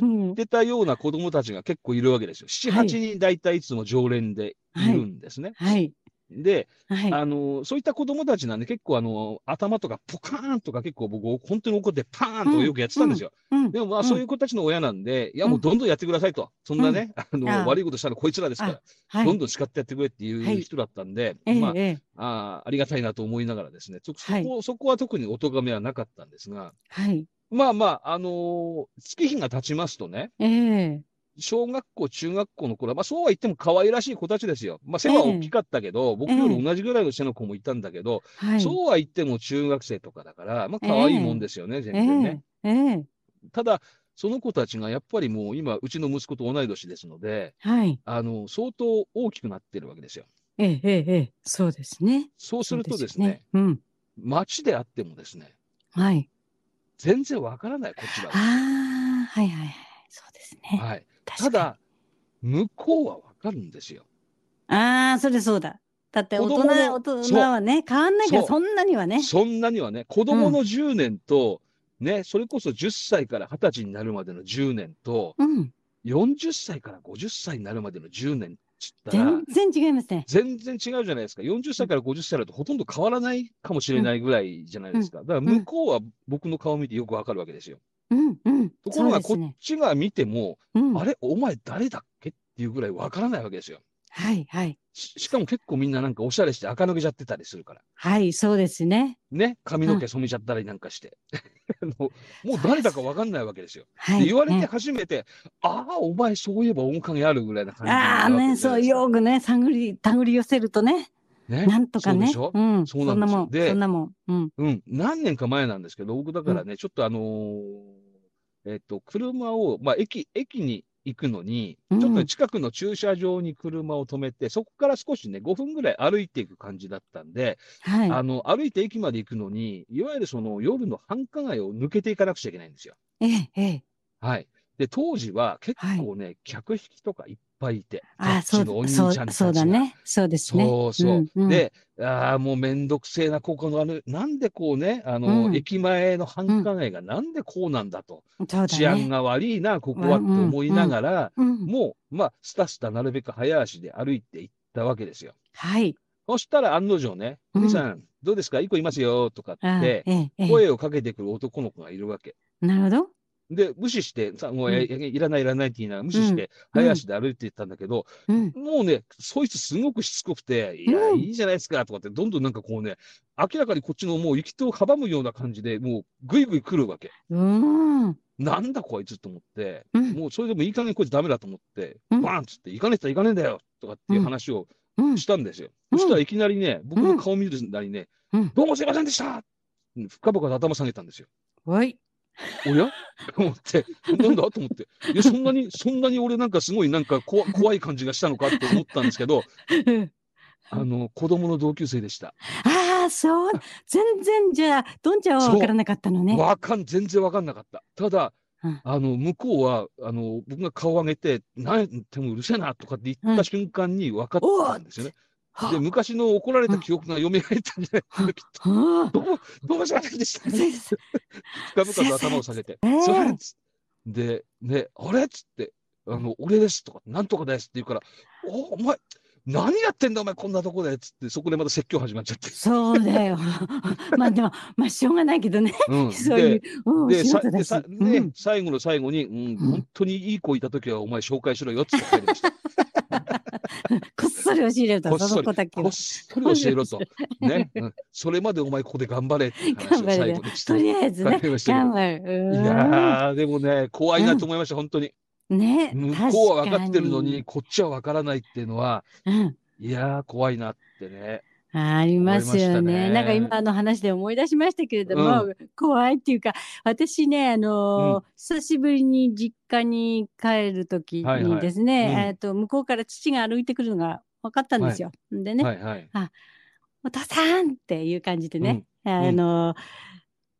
A: うん
B: 出たような子供たちが結構いるわけですよ。7、
A: はい
B: 8人大体いつも常連でいるんですね。
A: はい。
B: で、
A: はい。
B: あの、そういった子供たちなんで結構あの、頭とかポカーンとか結構僕本当に怒ってパーンとかよくやってたんですよ。
A: うん
B: でもまあ
A: うん
B: そういう子たちの親なんで、いやもううんどんどんやってくださいと。そんなね、あ
A: あ
B: の、悪いことしたらこいつらですから、
A: はい
B: どんどん叱ってやってくれってい
A: は
B: う
A: い
B: 人だったんで、
A: ええ
B: まあ、
A: ええ
B: あーありがたいなと思いながらですね、そそこ、
A: はい
B: そこは特にお咎めはなかったんですが、
A: はい。
B: まあまあ、あのー月日が経ちますとね、
A: ええ
B: 小学校、中学校の頃は、まあそうは言っても可愛らしい子たちですよ。まあ背は大きかったけど、僕より同じぐらいの背の子もいたんだけど、
A: はい。
B: そうは言っても中学生とかだから、まあ可愛いもんですよね、全
A: え
B: 然ね。
A: えええ
B: ただ、その子たちがやっぱりもう今、うちの息子と同い年ですので、
A: はい。
B: あの、相当大きくなってるわけですよ。
A: ええええええそうですね。
B: そうするとです
A: そう
B: ね、
A: うん。
B: 街であってもですね、
A: はい。
B: 全然わからない、こちら
A: あ
B: は。
A: あ、はいはいはい。そうですね。
B: はい。た
A: 確かに
B: だ、向こうはわかるんですよ。
A: ああ、それそうだ。だって大
B: 子供の
A: 人、大人はね、変わんないから、
B: そう
A: そんなにはね。
B: そんなにはね、子供の10年と、ね、それこそ10歳から20歳になるまでの10年と、
A: うん。
B: 40歳から50歳になるまでの10年っつったら、
A: 全然違いますね。
B: 全然違うじゃないですか。40歳から50歳だとほとんど変わらないかもしれないぐらいじゃないですか。だから向こうは僕の顔見てよくわかるわけですよ。
A: うん、うん。
B: ところが
A: そ
B: こ
A: うです
B: っ
A: ね。
B: ちが見ても、
A: うん。
B: あれ、お前誰だっけっていうぐらいわからないわけですよ。
A: はい、はい。
B: ししかも結構みんななんかおしゃれして垢抜けちゃってたりするから。
A: はい、そうですね。
B: ね。髪の毛染めちゃったりなんかして。 あのもう誰だかわかんないわけですよ。
A: はい。
B: で言われて
A: ね
B: 初めて、ああ、お前そういえば面影あるぐらいな感じに
A: あ
B: な
A: あ
B: るわけ
A: ね、
B: じゃ
A: そ、
B: ないうですか。
A: よくね、探り、探り寄せるとね、
B: ね
A: なんとかね。
B: そうでしょ
A: ん、
B: そう
A: そ
B: なんん
A: な
B: ですよ
A: もん、
B: で
A: そんなもん。うん。
B: うん、何年か前なんですけど、僕だからね、ちょっとあのーえっと、車を、まあ、駅、駅に行くのに、ち
A: う
B: ょ
A: ん
B: っと近くの駐車場に車を止めて、そこから少しね、5分ぐらい歩いていく感じだったんで、
A: はい。
B: あの、歩いて駅まで行くのに、いわゆるその夜の繁華街を抜けていかなくちゃいけないんですよ。
A: ええ、ええ。
B: はい。で、当時は結構ね、客引きとかいっぱいいて、
A: ああ、
B: タ
A: そ
B: ッチのお
A: う、
B: 兄
A: そ
B: ちゃん
A: う、
B: た
A: そうだ
B: ちが
A: ね。そうですね。
B: そうそう。
A: んん
B: で、ああ、もうめんどくせえな、ここのあの、なんでこうね、あの、
A: うん
B: 駅前の繁華街がなんでこうなんだと、
A: そう
B: 治
A: だ
B: 安
A: ね。
B: が悪いな、ここはって思いながら、
A: うん。
B: もう、まあ、スタスタなるべく早足で歩いていったわけですよ。
A: はい。
B: そしたら案の定ね、
A: うん
B: 兄さん、どうですか一個いますよ、とかっ
A: ああえ
B: て、
A: え、ええ。
B: 声をかけてくる男の子がいるわけ。
A: なるほど。
B: で、無視して、さ、もう、えいらないいらないって言いながら無視して、
A: うん
B: 早足で歩いていったんだけど、
A: うん。
B: もうね、そいつすごくしつこくて、いや、
A: うん
B: いいじゃないですか、とかって、どんどんなんかこうね、明らかにこっちのもう行き手を阻むような感じで、もうぐいぐい来るわけ。
A: うーん。
B: なんだこいつと思って、
A: うん。
B: もうそれでもいい加減こいつダメだと思って、
A: うん
B: バーンっつって、行かねえったら行かねえんだよとかっていう話を
A: うん。
B: したんですよ。
A: うん
B: そしたらいきなりね、僕の顔見るなりね、
A: うん
B: どうもすいませんでした深々と頭下げたんですよ。
A: おい。
B: おやと思って、なんだと思って、いや、そんなに、そんなに俺なんかすごいなんか怖怖い感じがしたのかって思ったんですけど、あの、子供の同級生でした。
A: ああ、そう。全然、じゃあ、どんちゃんはわからなかったのね。
B: わかん、全然わかんなかった。ただ
A: うん、
B: あの、向こうは、あの、僕が顔を上げて、なんてもうるせえなとかって言っ
A: う
B: た
A: ん
B: 瞬間に分かったんですよね。
A: は
B: で、昔の怒られた記憶が蘇ったんじゃないかな、きっと。
A: あ
B: どうも、どうもしませんでした。
A: そうです
B: 深々と頭を下げて、
A: ええ
B: すいませんっつで、ね、あれっつって、あの、俺ですとか、なんとかですって言うから、お、お前、何やってんだお前こんなとこでっつって、そこでまた説教始まっちゃって。
A: そうだよ。まあでも、まあしょうがないけどね。
B: う ん、
A: そう
B: で
A: いう、うん、
B: で、
A: 仕
B: さ
A: 事だ
B: で
A: し。
B: さ
A: う
B: ね
A: ん
B: 最後の最後に、うん、
A: うん
B: 本当にいい子いたときはお前紹介しろよって言って ました。
A: こっそり教えれ
B: こ
A: た、
B: っそり
A: その子だけ
B: こっ
A: は。
B: そり教えろと。ね、うんそれまでお前ここで頑張れっていう
A: 頑
B: 話を
A: 張
B: 最
A: るよ
B: 後にし。て。
A: と
B: い
A: りあえずね、
B: 会話してる
A: 頑張る。うーん
B: やー、でもね、怖いなと思いました、本当に。
A: ね、
B: 向こうは
A: 確
B: 分かってるの
A: に
B: に、。こっちは分からないっていうのは、
A: うん
B: いやー、怖いなってね。
A: ありますよ
B: 思いました
A: ね。
B: ね
A: なんか今の話で思い出しましたけれども、怖いっていうか、私ね、あのー久しぶりに実家に帰るとき
B: はいはい
A: にですね、
B: うん
A: えっと、向こうから父が歩いてくるのが分かったんですよ。でね、
B: はいはい。
A: お父さんっていう感じでね、
B: ん
A: あのー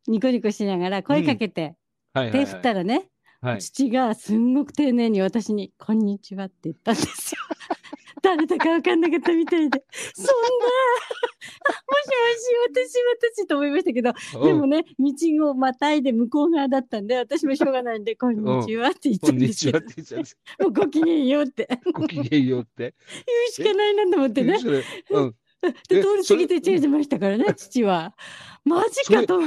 A: ニコニコしながら声かけて、
B: はいはい
A: 手
B: はい
A: 振ったらね、
B: はい。
A: 父がすんごく丁寧に私に「こんにちは」って 言ったんですよ。誰だか分かんなかったみたいで「そんなし私私と思いましたけど、でもね道をまたいで向こう側だったんで私もしょうがないんで「こんにちは」って言っ
B: こ
A: た
B: ん
A: ん
B: に
A: です
B: ち
A: け
B: は
A: ど
B: って言っちゃうんです
A: もうごきげんようって言
B: ごきげんようって。
A: うしかないなと思ってね
B: それうん。
A: で
B: え
A: 通り
B: そ
A: 過
B: れ
A: ぎてチェンジましたからね父は。マジかと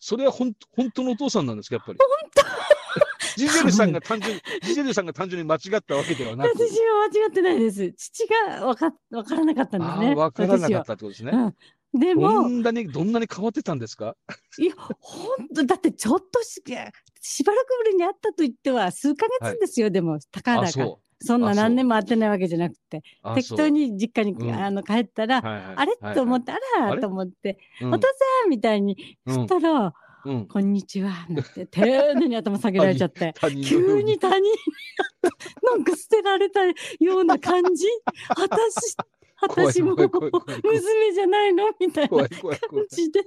B: それは本当本当のお父さんなんですか、やっぱり。本当ジゼルさんが単純に、ジゼルさんが単純に間違ったわけではなく。
A: 私は間違ってないです。父がわかわからなかったんです
B: あ
A: ね。
B: あ、わからな
A: 私
B: かっ
A: は
B: たってことですね。
A: うん、で
B: ど
A: も、
B: んなに、どんなに変わってたんですか
A: いや、本当だってちょっとししばらくぶりに会ったと言っては数ヶ月ですよ、でも、高々
B: あ、
A: かそ
B: そう。
A: ん
B: あ
A: な
B: そう
A: 何年も会ってないわけじゃなくて、
B: あ
A: 適当、に実家に、
B: うん
A: あの帰ったら、
B: そうはいはい
A: あれ、
B: はい
A: と思って、あ
B: あ
A: ら
B: れ
A: と思って、
B: うん
A: お父さんみたいに
B: うん
A: したら、
B: うん。
A: こんにちは、なんて、丁寧に頭下げられちゃ って。
B: 他人のよう
A: 急に他人になったなんか捨てられたような感 じ私
B: 怖い
A: 私も
B: 怖い怖い怖い怖い
A: 娘じゃないのみたいな
B: 怖
A: 感
B: い怖い怖い。
A: じで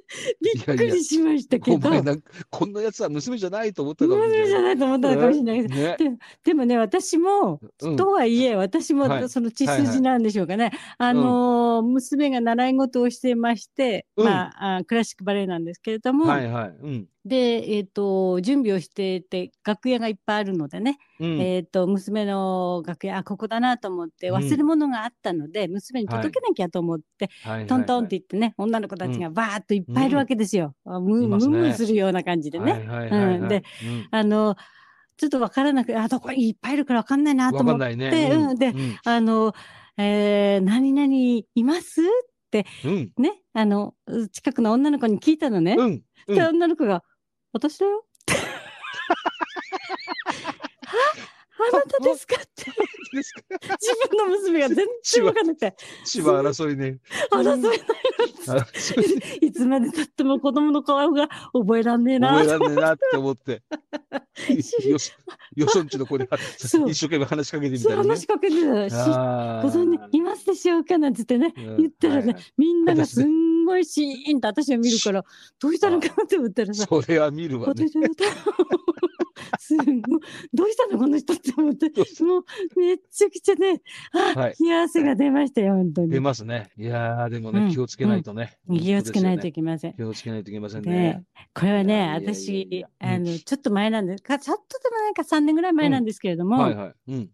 A: びっくりしましたけ
B: お
A: ど
B: 前なんか、こんなやつは娘じゃないと思ったかもしれない。
A: 娘じゃないと思ったのかもしれないけど
B: ね
A: でもね私も
B: うん
A: とはいえ私
B: はい
A: もその血筋なんでしょうかねあのー娘が習い事をしてまして
B: うん
A: まああクラシックバレエなんですけれども
B: はいはい。うん。
A: でえっと準備をしていて楽屋がいっぱいあるのでね
B: うん。
A: えー、と娘の楽屋あここだなと思って
B: うん
A: 忘れ物があったので、娘に届けなきゃと思って、
B: はいはいはい
A: トントンって言ってね女の子たちがバーっといっぱいいるわけですよ、あム
B: い
A: ンム
B: ます
A: ン
B: ね
A: ムンするような感じでね、
B: はいはいはいはい
A: うんで
B: うん
A: あのちょっとわからなくあどこいっぱいいるからわかんないなと
B: わか
A: 思
B: ん
A: って
B: ないね。
A: うんで
B: うん
A: あの、えー何々います
B: うん。
A: ねあの近くの女の子に聞いたのね、
B: うん。うん
A: で女の子が「私 だよ」はあなたですかって
B: ですか
A: 自分の娘が全然わかんなくて、
B: 千葉争 いね。
A: あら、そう
B: 争いね
A: いつまでたっても子供の顔が覚えらんねえ
B: 覚え
A: な。
B: らんねえなって思って。よそ、よそんちの子に
A: そう
B: 一生懸命話しかけてみ
A: そ
B: た
A: う
B: りね
A: 話し。かけてたし、
B: あ
A: ご
B: ー
A: 存知いますでしょうかなんつってね、
B: うん
A: 言ったら
B: はい
A: ね
B: はい、
A: みんながすんごいシーンと私を見るから、どうしたのかなって思ったらさ、
B: それは見るわね。
A: 私の歌を すんごい、どうしたのこの人って思って、もうめっちゃくちゃね、
B: は
A: あ
B: い、
A: 冷や汗が出ましたよ、本当
B: 出
A: に。
B: ますね。いやー、でも
A: う
B: ね、
A: ん
B: 気をつけないとね。
A: 気をつけないとい
B: け
A: けません。
B: 気をつけないといけません
A: で
B: ね。、
A: これはいね、
B: やいやいやい
A: 私
B: や、
A: あ
B: う
A: の、ちょっと前なんですか、ちょっとでもないか3年ぐらい前なんですけれども、
B: はいはい。うん。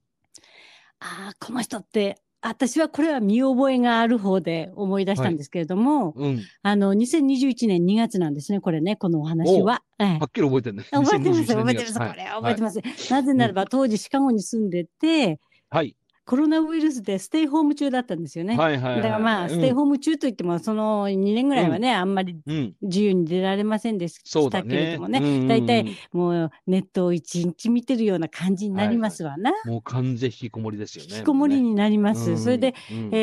A: ああ、この人って、私はこれは見覚えがある方で思い出したんですけれども、
B: うん。
A: あの、2021年2月なんですね、これね、このお話は。ええ
B: はっきり覚えてるね。
A: 覚えてます、
B: 2021
A: 覚えてます、
B: 年
A: こ
B: に
A: れ
B: は。
A: は覚えてますす。なぜならば、当時シカゴに住んでて、
B: はい。
A: コロナウイルスでステイホーム中だったんですよね。
B: はいはいはい。
A: だからまあ、ステイ
B: ー
A: ホーム中といっても、その2年ぐらいはね、あんまり
B: ム。うん。
A: 自由に出られませんでし
B: そう
A: た
B: だ
A: けれ
B: ね
A: どもね。。
B: だ
A: 大体もうネットを一日見てるような感じになりますわな。
B: もう完全引きこもりですよね。
A: 引きこもり
B: も
A: になりま
B: うね
A: す。それで、、
B: うん
A: え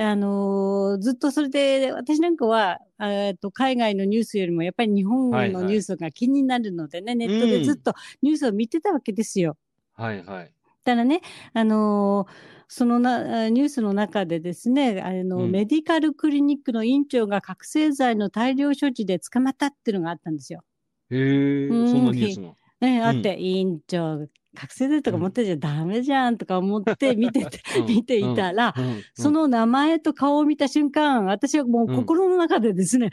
A: ーあのーずっとそれで、私なんかは、えーと、海外のニュースよりもやっぱり日本の
B: はいはい
A: ニュースが気になるのでね、ネットでずっとニュースを見てたわけですよ。
B: はいはい。
A: たらね、あのーそのなあニュースの中でですね、あの、
B: うん
A: メディカルクリニックの院長が覚醒剤の大量所持で捕まったっていうのがあったんですよ。
B: へえ、
A: うん
B: そんなニュースも。
A: ね、あ
B: うん
A: って、委員長、覚醒剤とか持ってちゃダメじゃんとか思って見てて
B: うん
A: 見ていたら、
B: うんうん
A: その名前と顔を見た瞬間、私はもう心の中でですね、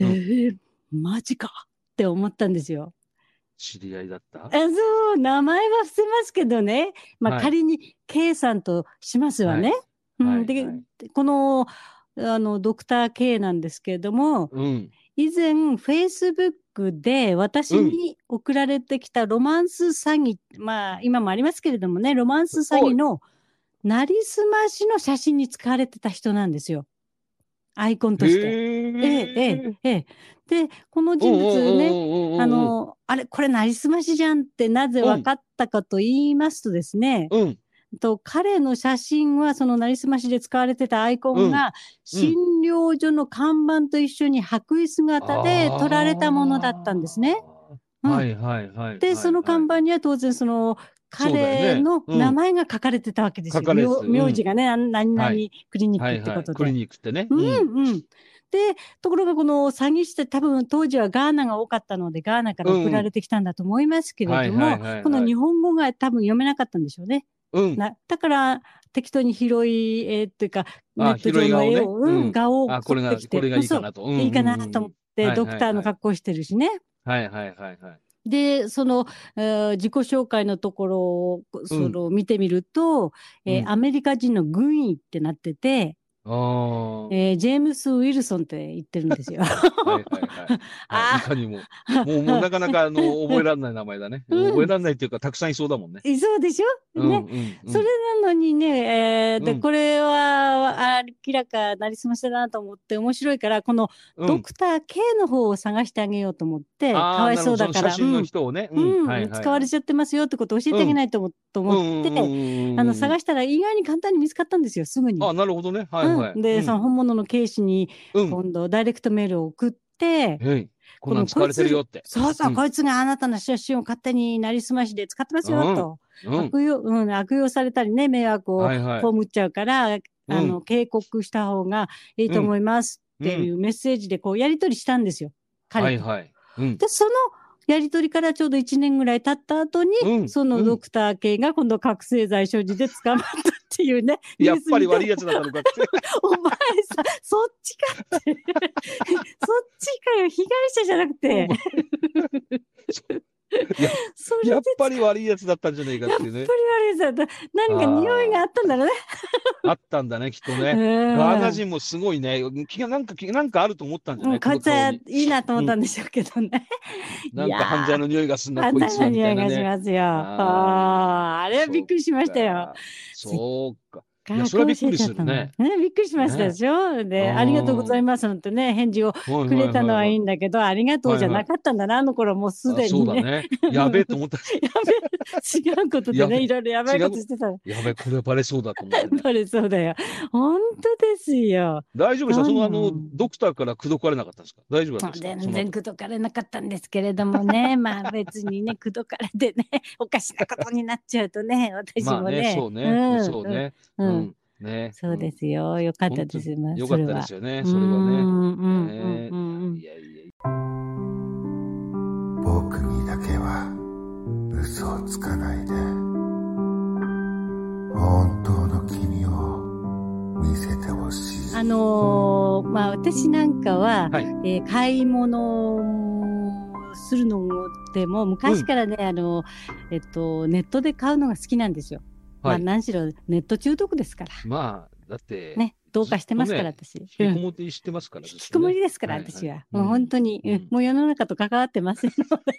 B: うん
A: えー、マジかって思ったんですよ。
B: 知り合いだった
A: えそう、名前は伏せますけどね、ま
B: は
A: あ
B: い
A: 仮に K さんとしますわね。う
B: はい
A: んで
B: はい
A: でこの、あの、ドクター K なんですけれども、
B: うん。
A: 以前、Facebook で私に送られてきたロマンス詐欺、まあ、今もありますけれどもね、ロマンス詐欺のなりすましの写真に使われてた人なんですよ。アイコンとして。ええ、ええ、ええ。で、この人物ね、
B: ね
A: あ、の、あれ、これなりすましじゃんってなぜ分かったかと言いますとですね、
B: うん。
A: と彼の写真はそのなりすましで使われてたアイコンが、診療所の看板と一緒に白衣姿で撮られたものだったんですね。う
B: あー。
A: ん
B: はいはいはい。
A: で、その看板
B: に
A: には当然その
B: そうだよね
A: 彼の
B: うん
A: 名前が書かれてたわけですよ。
B: 書かれてた
A: 名名字がね、何々
B: は
A: クリニ
B: は
A: ッ
B: い
A: クって
B: は
A: こ
B: い。
A: と
B: ク
A: で
B: リ。ニックってね。
A: うん
B: うん
A: うん。で、ところがこの詐欺して多分当時はガーナが多かったのでガーナから送られてきたんだと思いますけれども、この日本語が多分読めなかったんでしょうね。
B: うん。
A: なだから適当に拾い絵っていうかネ
B: あ
A: ット上の絵を、
B: 拾い顔ね
A: う
B: うん
A: ん、画を
B: あ、これ
A: 撮っ
B: が、
A: てきて
B: これがいいかなと。うん
A: そううんでいいかなと思っ
B: うんうん
A: て
B: はい
A: ドクターの格好してるしね。
B: はいはいはいはい。
A: でその、えー自己紹介のところをその見てみると、えー
B: うん
A: アメリカ人の軍医ってなってて、
B: ああ。
A: えージェームス・ウィルソンって言ってるんですよ。
B: はいはいはい。
A: あ
B: はい、いかにも。 も う、もうなかなか、あの、覚えられない名前だね。
A: うん
B: 覚えられないっていうか、たくさんいそうだもんね。
A: そうでしょ、
B: うん
A: ね、
B: うんうん
A: それなのにね、えーで
B: うん
A: これはあ明らかなりすましだなと思って面白いからこの
B: うん
A: ドクター K の方を探してあげようと思って、
B: あー
A: かわいそうだから
B: なるほどその写真の人をね、
A: うんうん
B: はいはい
A: 使われちゃってますよってことを教えてあげないと思,、と思って、あの探
B: し
A: したら意外に簡単に見つかったんですよすぐに。
B: あ、なるほどね。はいはい。
A: うんで、
B: うん
A: その、本物の警視に
B: うん。
A: 今度ダイレクトメールを送って、
B: はいこんなん使われてるよって。
A: そうそう、
B: うん
A: こいつがあなたの写真を勝手になりすましで使ってますよ
B: うん
A: と、
B: うん。
A: 悪用うん、悪用されたりね迷惑を
B: はいはい。
A: 被っちゃうから、あの警告した方がいいと思いますっていうメッセージでこうやり取りしたんですよ彼と。
B: はいはい。うん。
A: でそのやり取りからちょうど1年ぐらい経った後に、
B: うん
A: そのドクター系が今度覚醒剤所持で捕まったっていうね。
B: やっぱり悪い
A: い
B: やつだったのかって。
A: お前さ、そっちかって。そっちかよ、被害者じゃなくて。それで
B: やっぱり悪いやつだったんじゃないかっていうね
A: やっぱ。り悪いさ、だ何か匂いがあったんだろうね。
B: あったんだね、きっとね。
A: うん
B: ガーナ人もすごいね。気がなんか、気がなんかあると思ったんじ
A: う、
B: ゃなんい
A: こい
B: の
A: つは
B: 顔
A: い
B: に
A: いなと思ったんでしょうけどね。
B: なんか
A: いやー
B: 犯罪の匂いがすんな、
A: あん
B: こい
A: な
B: つ
A: の
B: はみた
A: 匂
B: い
A: い
B: な
A: がし
B: ね。
A: ますよ。
B: あー
A: あーあれはびっくりしましたよ。
B: そうか。
A: か
B: いやそれはびっくりするね
A: こう教えちゃったのねびっくりしましたでしょ。で、
B: うん
A: ありがとうございますなんてね、返事を
B: く
A: くれたのはいい
B: ん
A: んだけど、ありがとうじゃなかったんだな、あの頃もうすで
B: そ
A: に
B: うだ
A: ね。
B: ね。やべえと 思った。
A: やべえ、違うことで
B: やべ
A: ね、いろいろやばいことしてたの。
B: やべえ、これバレそうだと思ってね。
A: バレそうだよ。本当ですよ。
B: 大丈夫でしたその、あ
A: う
B: の、
A: ん
B: ドクターから口説かれなかったんですか大丈夫だったんですか
A: 全然口説かれなかったんですけれども ね、まあ別にね、口説かれてね、おかしなことになっちゃうとね、私
B: その後ま
A: も
B: あ
A: ね。
B: ね、そうね。
A: ん
B: そう。ね。
A: うん
B: う
A: うん
B: ん。ね。
A: そうですよ。よかったです。まあ
B: うん。よ
A: そ
B: か
A: れ
B: ったで
A: は
B: すよね。
A: う
B: それは
A: んうん
B: ね。
A: うんうんうん
B: ねいやいやい
C: 僕にだけは嘘をつかないで本当の君を見せてほしい
A: あのーまあ私なんかは、
B: はい
A: えー買い物をするのでも昔からね、あのえっとネットで買うのが好きなんですよ。ま
B: や。は
A: あ
B: い。
A: 何しろネット中毒ですから
B: まあ、だって、
A: ね。どうかしてますから、
B: ずっ
A: 私。
B: 引
A: う
B: き
A: ん
B: こもりしてますから。
A: 引きこもり
B: ずっ
A: ですから、
B: はいはい
A: 私は。
B: うん
A: もう本当に、
B: うん
A: うんもう世の中と関わってませんので。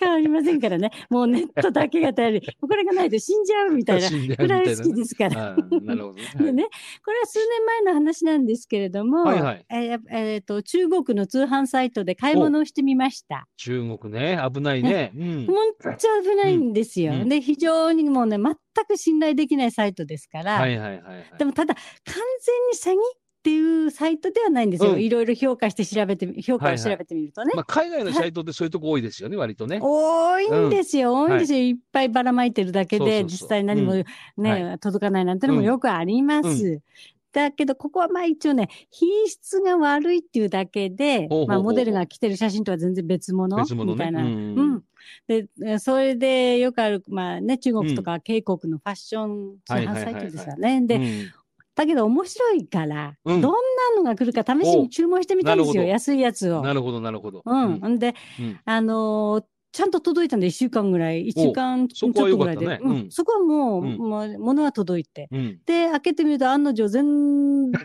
A: 関わりませんからね。もうネットだけが 頼り。もうこれがないと死んじゃうみ
B: と
A: たい
B: ね
A: な
B: 死んじゃう
A: ぐ
B: みた
A: ら
B: い
A: い好き
B: なね
A: ですから。
B: あーなるほどね。はい
A: でね、これは数年前の話なんですけれども、
B: はいはい
A: えーえーと中国の通販サイトで買い物をしてみました。
B: 中国ね、危ないね。うん。
A: 本当危ないんですよ。
B: うん
A: で、非常にもうね、全く信頼できないサイトですから、
B: はいはいはいはい。
A: でもただ、完全に詐欺っていうサイトではないんですよ。
B: うん
A: いろいろ評価して調べてみ、評価
B: は
A: を
B: いはい
A: 調べてみるとね。
B: まあ、海外のサイトってそういうとこ多いですよね、割とね。
A: 多いんですよ、
B: うん
A: 多いんですよ、いっぱいばらまいてるだけで、
B: そうそうそう
A: 実際何も
B: う
A: ね、
B: は
A: 届かないなんてのもよくあります。
B: うん
A: だけど、ここはまあ一応ね、品質が悪いっていうだけで
B: ほうほうほう、
A: まあモデルが着てる写真とは全然別物
B: 別物
A: みた
B: ね。
A: いな。
B: うん
A: うん。で、えそれでよくある、まあね、中国とか渓谷のファッション通販サイトですよね。
B: う
A: で、
B: ん
A: だけど面白いから、
B: う
A: ど
B: ん
A: んなのが来るか試しに注文してみたんです
B: お
A: よ、
B: うなるほど
A: 安いやつを。
B: なるほど、なるほど。
A: うん。んで、
B: うん
A: あのーちゃんと届いたんで、1週間ぐらい、1週間ちょ
B: そ
A: っ
B: こは
A: と
B: 良
A: ぐ
B: からっ
A: い
B: た
A: で、
B: ね
A: うん
B: うん
A: そこはもう、
B: うん
A: もう物は届いて。
B: うん。
A: で、開けてみると案の定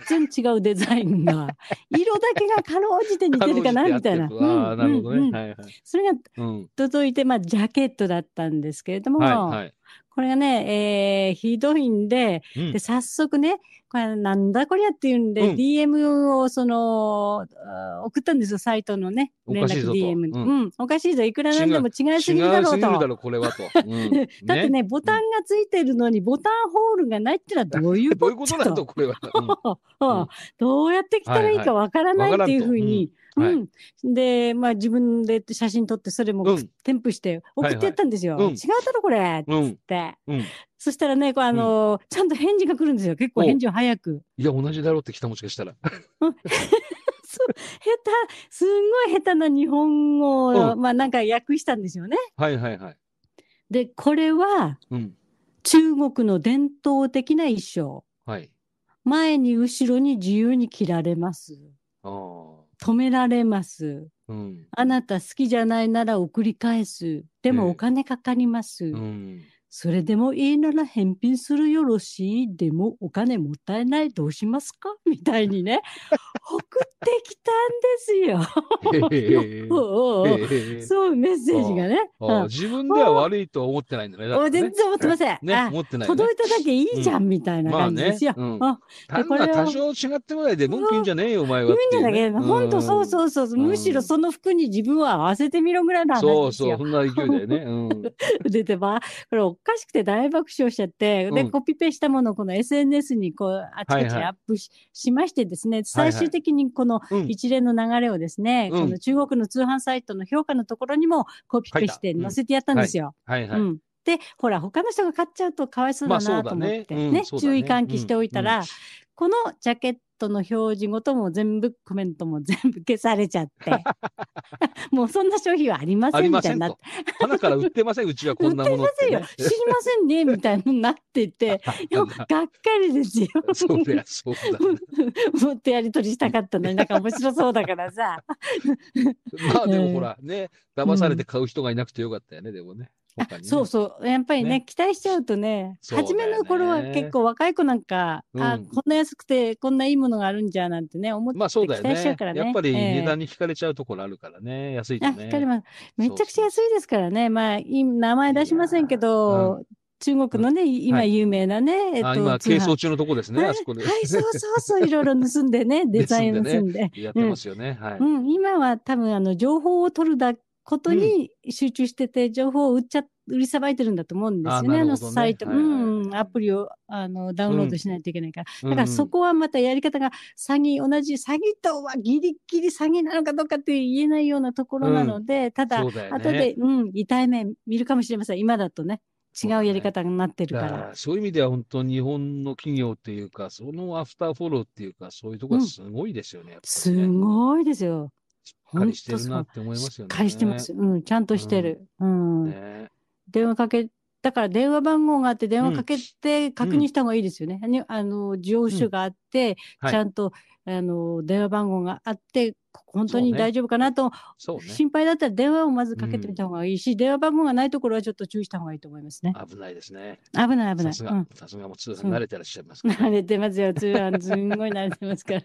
A: 全然違うデザイン が、色だけがかろうじて似てるかな、みたいな。
B: かろうじて合ってるああ、なるほど
A: うんう
B: ね。
A: ん
B: はいはい。
A: それが
B: うん。
A: 届いて、まあ、ジャケットだったんですけれども、
B: はいはい。
A: これがね、えーひどいんで、
B: うん
A: で、早速ね、これなんだこりゃっていうんで、
B: うん
A: DM をその、あー送ったんですよ、サイトのね、
B: おかしいぞと
A: DM に。
B: う
A: うんん、おかしいぞ、いくらなんでも違いすぎるだろ
B: 違
A: う
B: いすぎるだ
A: と。
B: ろ、これはと。 うん
A: で だってね、ボタンがついてるのに、ボタンホールがないってのはどういう
B: ど
A: こ
B: ういうこととなんだ、これは。うん
A: うん
B: うん
A: どうやって来たらいい
B: はいは
A: かわからないっていうふうに、
B: わ
A: う
B: からんとうん
A: んで、まあ自分で写真撮って、それも
B: うん
A: 添付して送ってやったんですよ。
B: はいはいう
A: 違
B: ん
A: うだろ、これっ
B: うん
A: つって。
B: うん。
A: そしたらね、こうあのーちゃんと返事が来るんですよ。結構
B: お
A: 返事は早く。
B: いや、同じだろうって来た、もしかしたら。
A: そう下手、すんごい下手な日本語を、
B: う
A: まあなんか訳したんですよね。
B: はいはいはい。
A: で、これは、
B: うん。
A: 中国の伝統的な衣装。
B: はい。
A: 前に後ろに自由に着られます。
B: ああ。
A: 止められます。
B: うん。
A: あなた好きじゃないなら送り返す。で
B: え
A: も
B: え
A: お金かかります。
B: うん。
A: それでもいいなら返品するよろしい。でもお金もったいない。どうしますかみたいに ね、送ってきたんですよ。
B: へへへへ
A: おうおうおう
B: へへへ
A: そういうメッセージがね。
B: ああ
A: うん
B: 自分では悪いとは思ってないんだね。だって
A: お
B: ね
A: 全然思ってません。
B: ね、
A: あ
B: 思ってないよね。
A: 届いただけいいじゃんみたいな
B: まあ
A: 感じ
B: ね
A: で。すよ。
B: うん
A: あ
B: 単
A: これ
B: な
A: は
B: 多少違ってぐらいで文句言うんじゃねえよ、お前は
A: 言
B: っ
A: うん
B: て
A: じ
B: い
A: ゃ
B: う
A: なき
B: ね。
A: ゃ、本当そうそうそうそう、
B: うん
A: むしろその服に自分は合わせてみろぐらいの話です
B: そ
A: よ。
B: うそう、そんな勢いだよね。うん。
A: 出てば、これおかしくて大爆笑しちゃって、
B: う
A: で、
B: ん
A: コピペしたものをこの SNS にこう、あちこち
B: はいはい
A: アップし,、ましてですね、
B: はい
A: 最終的にこの
B: うん
A: 一連の流れをですね、
B: うん
A: この中国の通販サイトの評価のところにもコピペして
B: 書いたうん
A: 載せてやったんですよ。
B: はいは
A: う
B: い。
A: んで、ほら、他の人が買っちゃうとかわいそうだ
B: まあ
A: な
B: そう
A: と
B: だ
A: 思っ
B: ね
A: て、
B: うん
A: ね、
B: そうだ
A: 注
B: ね
A: 意喚起しておいたら、このジャケットの表示ごとも全部コメントも全部消されちゃって、 もうそんな商品はありま
B: あ
A: せ
B: り
A: んみ
B: ま
A: たい
B: せ
A: に
B: ん
A: なって
B: と。。花から売ってません、うちはこんなものっ
A: す
B: て
A: よ
B: ね。
A: 知りませんねみたいになって てよがっかりですよ。
B: そうだよ、そうだ。
A: もっとやり取りしたかったのになんか面白そうだからさ
B: まあでもほら、ね、騙されて買う人がいなくてよかったよね、でもね。
A: あ
B: 他にね
A: そうそうやっぱりね
B: ね
A: 期待しちゃうとね
B: そうだよ
A: 初
B: ね
A: めの頃は結構若い子なんか、あ
B: うん
A: こんな安くてこんないいものがあるんじゃなんてね思って
B: まあそうだ
A: 期
B: よ
A: 待しちゃう
B: ね
A: から。ね。
B: やっぱり値
A: ええ
B: 段に惹かれちゃうところあるからね、安いと
A: あ、
B: ね。
A: 光ます。めちゃくちゃ安いですからね。まあ、い名前出しませんけど、中国のね、今
B: はい
A: 有名なね、えっ
B: あ
A: と、
B: 今、
A: 通販
B: 係争中のとこですね、
A: はい
B: あそこで。
A: はい、そうそうそう、いろいろ盗んでね、デザイン盗
B: 盗
A: んで。
B: やってますよね。はい。
A: うん、今は多分、あの、情報を取るだことに集中してて、情報を売っちゃ、売りさばいてるんだと思うんですよね、
B: あな
A: あ
B: るほ
A: の
B: どね
A: サイト。
B: はいはいはい
A: うん、アプリを、あの、ダウンロードしないといけないから。だ
B: だ
A: からそこはまたやり方が詐欺、同じ詐欺とはギリギリ詐欺なのかどうかって言えないようなところなので、ただ、
B: そうだよね
A: 後で、うん、痛い目見るかもしれません。今だとね、違うやり方になってる
B: だ
A: か。
B: かららそういう意味では本当に日本の企業っていうか、そのアフターフォローっていうか、そういうところはすごいですよね。やっぱ
A: す
B: りね
A: ごいですよ。
B: しっかりしてる
A: ほんとそ
B: な
A: う
B: って思います
A: し
B: よ
A: っ
B: ね。
A: かりしてます。うん、ちゃんとしてる。うん。
B: ね。
A: 電話かけ、だから電話番号があって、電話かけて確認した方がいいですよね。にあの、上司があって、
B: はい
A: ちゃんと、あの、電話番号があって、本当
B: そう
A: に
B: ね
A: 大丈夫かなと、
B: そうね。
A: 心配だったら電話をまずかけてみた方がいいし、電話番号がないところはちょっと注意した方がいいと思いますね。
B: 危ないですね。
A: 危ない危な
B: さ
A: い。
B: す
A: う
B: が
A: ん、
B: さすがもう通
A: そ
B: 販
A: う
B: 慣れてらっしゃいますから
A: 慣
B: ね。
A: れてますよ、通販、すんごい慣れてます から。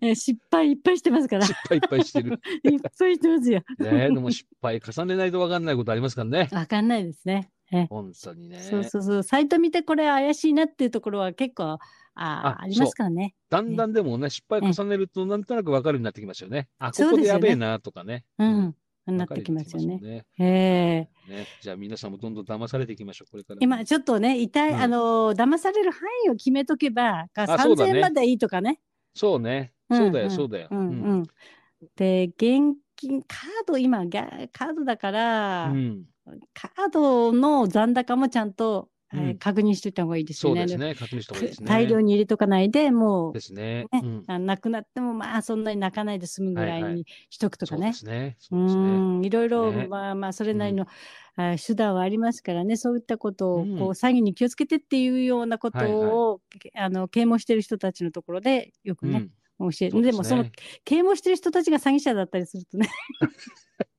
A: え失敗いっぱいしてますから。いっ
B: 失敗いっぱいしてる。
A: ぱいしてますよ。
B: ねでも失敗重ねないと分かんないことありますからね。
A: わかんないですね。え
B: 本当にね。
A: そうそうそう、サイト見てこれ怪しいなっていうところは結構ああ
B: あ
A: ありますからね。
B: だんだんでもね、失敗重ねるとなんとなく分かるようになってきますよね。あ、ここでやべえなとかね。
A: う
B: うん
A: ん、な
B: 分
A: っ
B: か
A: て
B: る
A: き
B: よう
A: ま
B: になって
A: すよね。
B: ね。
A: ええ
B: ね、じゃあ皆さんもどんどん騙されていきましょう、これからも。
A: 今ちょっとね、痛い、
B: うん
A: あの、騙される範囲を決めとけば、か
B: あそう
A: 3000
B: だね
A: 円までいいとかね。
B: そうね。
A: うん
B: そうだよ、
A: ん
B: そうだよ。
A: うんうん。で、現金、カード、今、ギャカードだから、
B: うん
A: カードの残高もちゃんと、えー
B: うん
A: 確認しておいた方がいいです
B: そ
A: よ
B: う
A: ね。
B: ですね。確認した方がいいですね。
A: 大量に入れとかないでもう
B: ですね。
A: ね
B: うん
A: あなくなってもまあそんなに泣かないで済むぐらい
B: はいは
A: にしとくとか
B: そ
A: ね。
B: うですね。
A: う
B: そうですね。
A: んいろいろ、
B: ね
A: まあまあそれなりの、あー手段はありますからねそういったことをこう
B: うん、
A: 詐欺に気をつけてっていうようなことを、
B: はい
A: あの啓蒙してる人たちのところでよく
B: う
A: ね、
B: ん
A: 教え
B: そう
A: でも
B: す
A: その
B: ね
A: 啓蒙してる人たちが詐欺者だったりするとね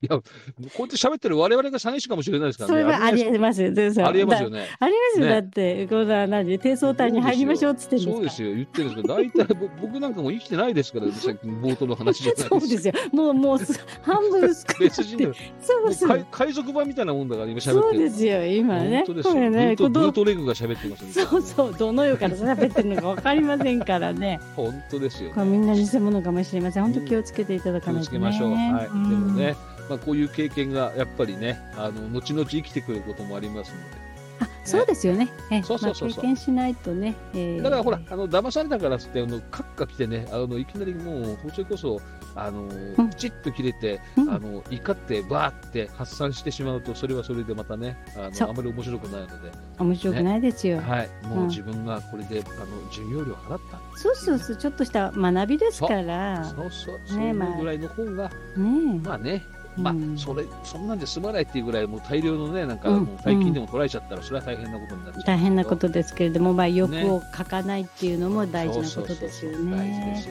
B: いや、こうやって喋ってる我々が詐欺師かもしれないですから
A: そ
B: ね。
A: れはあり
B: え
A: えますよ。全然
B: ありえますよね。
A: ありますよ、
B: ね
A: だってこんな何で低層帯に入りましょうっつってんですから
B: そうですよ、言ってるんですけど、大体ぼ僕なんかもう生きてないで すから、さっきの冒頭の話じゃない
A: そうですよ。もうもうす半分薄くなっ
B: 別
A: て。
B: 人だよ
A: そう
B: もう
A: そう
B: 海。海賊版みたいなもんだから、今喋っ
A: そ
B: て
A: う
B: るのは
A: ですよ。今ね。
B: 本当ですよ。
A: これね、
B: ブート
A: こ
B: ブ
A: の
B: ートレグが喋ってますみたいな
A: そうそう、どの世から喋ってるのかわかりませんからね。
B: 本当ですよ
A: こ。れみんな偽物かもしれません。本当気をつけていただ
B: 気
A: かな
B: を
A: い
B: つ
A: と、
B: け
A: ね。
B: ましょう。はい。で
A: うん
B: もね、まあこういう経験がやっぱりね、あの後々生きてくることもありますので。
A: あ、そうですよね。え
B: そうそうそう
A: ま
B: そ
A: あ、経
B: う
A: 験しないとね。えー
B: だからほら、あの騙されたからっつって、あのカッカ来てね、あのいきなりもう、それこそ、あ
A: う
B: の
A: ん
B: プチッと切れて、
A: うん
B: あの怒って、バーって発散してしまうと、それはそれでまたね、あ
A: そう
B: のあまり面白くないので、
A: 面白くないですよ。
B: はい、もううん自分がこれで、あの授業料払ったんです
A: そうそうそう、ちょっとした学びですから。
B: そうそう、
A: ね
B: そうい
A: ま
B: う
A: あ
B: ぐらいの方が、
A: ねえ。
B: まあね、まあ
A: うん
B: それそんなんで済まないっていうぐらいもう大量のねなんか
A: うん
B: もう大金でも取られちゃったらそれは大変なことになっちゃう、
A: 大変なこ
B: で
A: とですけれども、まあ、欲
B: ね
A: を書かないっていうのも大事なことですよ
B: 大事です
A: ね。
B: よね、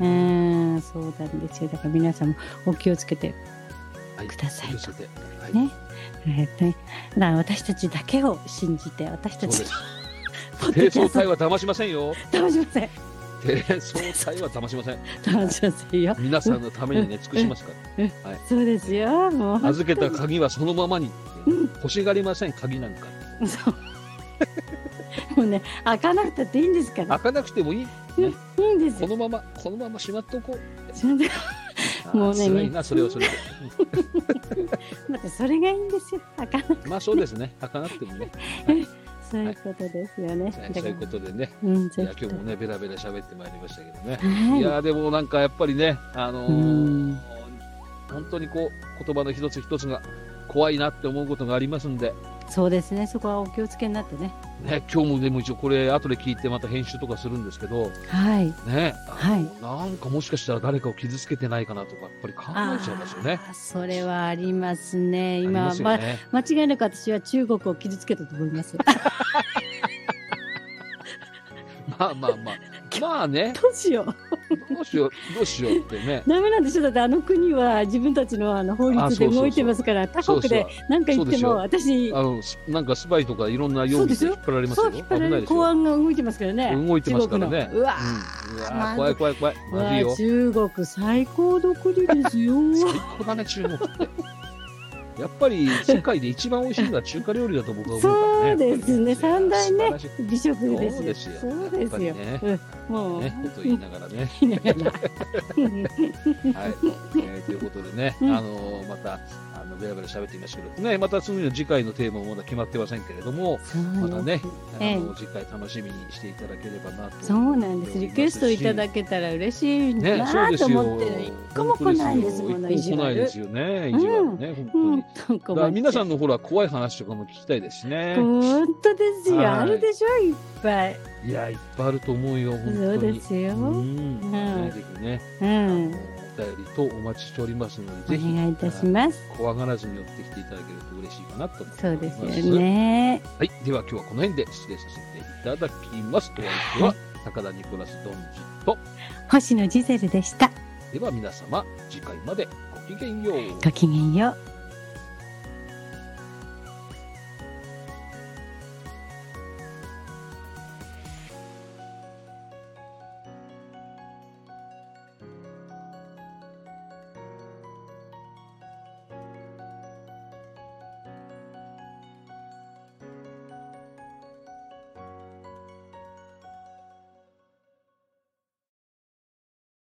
A: うーん、そうなんですよ。だから皆さんもお気をつけて、
B: はい
A: くださいと
B: 気をつけてはい
A: ねえーね、だから私たちだけを信じて、私
B: そ
A: た
B: う
A: ち
B: です
A: ポッ
B: 低
A: ドキ
B: 層
A: ャスト
B: 体は騙しません よ
A: 楽しません。
B: 低層体は騙しません
A: 楽しませんよ。
B: 皆さんのためにね尽くしますか
A: そうですよ。も
B: ら
A: う。
B: 預けた鍵はそのままに欲しがりません鍵なんか
A: そう。 もうね、開かなくたっていいんですから。
B: 開かなくてもいい
A: いいんです
B: こ
A: よ。
B: のままこのまましまっとこう
A: それで
B: あー
A: もうね
B: 辛いなそれはそれで
A: またそれがいいんですよ。開かな。
B: まあそうですね開かなくてもね
A: そういうことですよね。
B: はい
A: だか
B: そうい
A: ら
B: うことでね
A: うん、
B: い
A: ぜ
B: や
A: ひと
B: 今日もねベラベラ喋ってまいりましたけどね
A: はいい。
B: やーでもなんかやっぱりねあのー
A: うん
B: 本当にこう言葉の一つ一つが怖いなって思うことがありますんで
A: そうですね。そこはお気をつけになってね。
B: ね、今日もでも一応これ後で聞いてまた編集とかするんですけど、
A: はい。
B: ね、
A: はい
B: あのなんかもしかしたら誰かを傷つけてないかなとか、やっぱり考えちゃいますよね。
A: あーそれはありますね。今
B: ありますよね。
A: ま間違いなく私は中国を傷つけたと思い ます。
B: まあまあまあ。まあね、
A: どうしよう。
B: どうしよう、どうしようってね。
A: ダメなんでしょだってあの国は自分たちのあの法
B: あ
A: 律
B: そうそ
A: で
B: うそう
A: 動いてますから他
B: そう
A: 国
B: そう
A: で何か言
B: そう
A: っ
B: で
A: て
B: すよ
A: も私
B: あの、すなんかスパイとかいろんな容疑で引っ張られます
A: そ
B: よ。
A: う引っ張ら
B: 危
A: れ
B: ない
A: る
B: で
A: 公
B: すよ。
A: 安が動いてますからね。
B: 動いてますからね
A: 中。国のうわ
B: うんうわ
A: まず
B: 怖い怖い怖い。
A: ー
B: まずいよ。最
A: うわー中国最高どこでですよ。
B: 高だね、中国って。やっぱり世界で一番美味しいのは中華料理だと僕は思うからね。
A: そうですね三大ね
B: 素晴らしい
A: 美食ですよ。
B: そうですよ
A: そうですよ
B: やっぱりね
A: うんもう。
B: ね、こと言いながらね。
A: いながら
B: はい、えーということでね、
A: うん
B: あのーまた、あの、ベラベラ喋ってみましたけど、ね、また次の次回のテーマもまだ決まってませんけれども、またね、あ
A: ええ
B: の、次回楽しみにしていただければなと。
A: そうなんです。リクエストいただけたら嬉しい
B: ね、
A: な
B: そう
A: あ
B: です
A: と
B: よ。
A: 思ってるのに一個も来ないんですもの、意
B: 一
A: 地
B: 個も来ないで
A: 悪
B: す。よね、意地悪ね、本当に。だ
A: 本当
B: から
A: 困っ
B: 皆
A: ちゃ
B: さ
A: うん
B: のほら、怖い話とかも聞きたいですしね。
A: 本当です
B: はい
A: よ。あるでしょ、いっぱい。
B: いや、いっぱいあると思うよ、本当に。
A: そうですよ
B: うん。
A: うん
B: ねぜひね、
A: う
B: あのお
A: ん。
B: 便りとお待ちしておりますの
A: お
B: で、ぜひ。
A: 願いいたします。
B: 怖がらずに寄ってきていただけると嬉しいかなと思って
A: そ
B: お
A: う
B: り
A: で
B: ますす。
A: よね。
B: はい、では今日はこの辺で失礼させていただきます。お相手は高田ニコラスドンジと、
A: 星野ジゼルでした。
B: では皆様次回までごきげんよう。
A: ごきげんよう。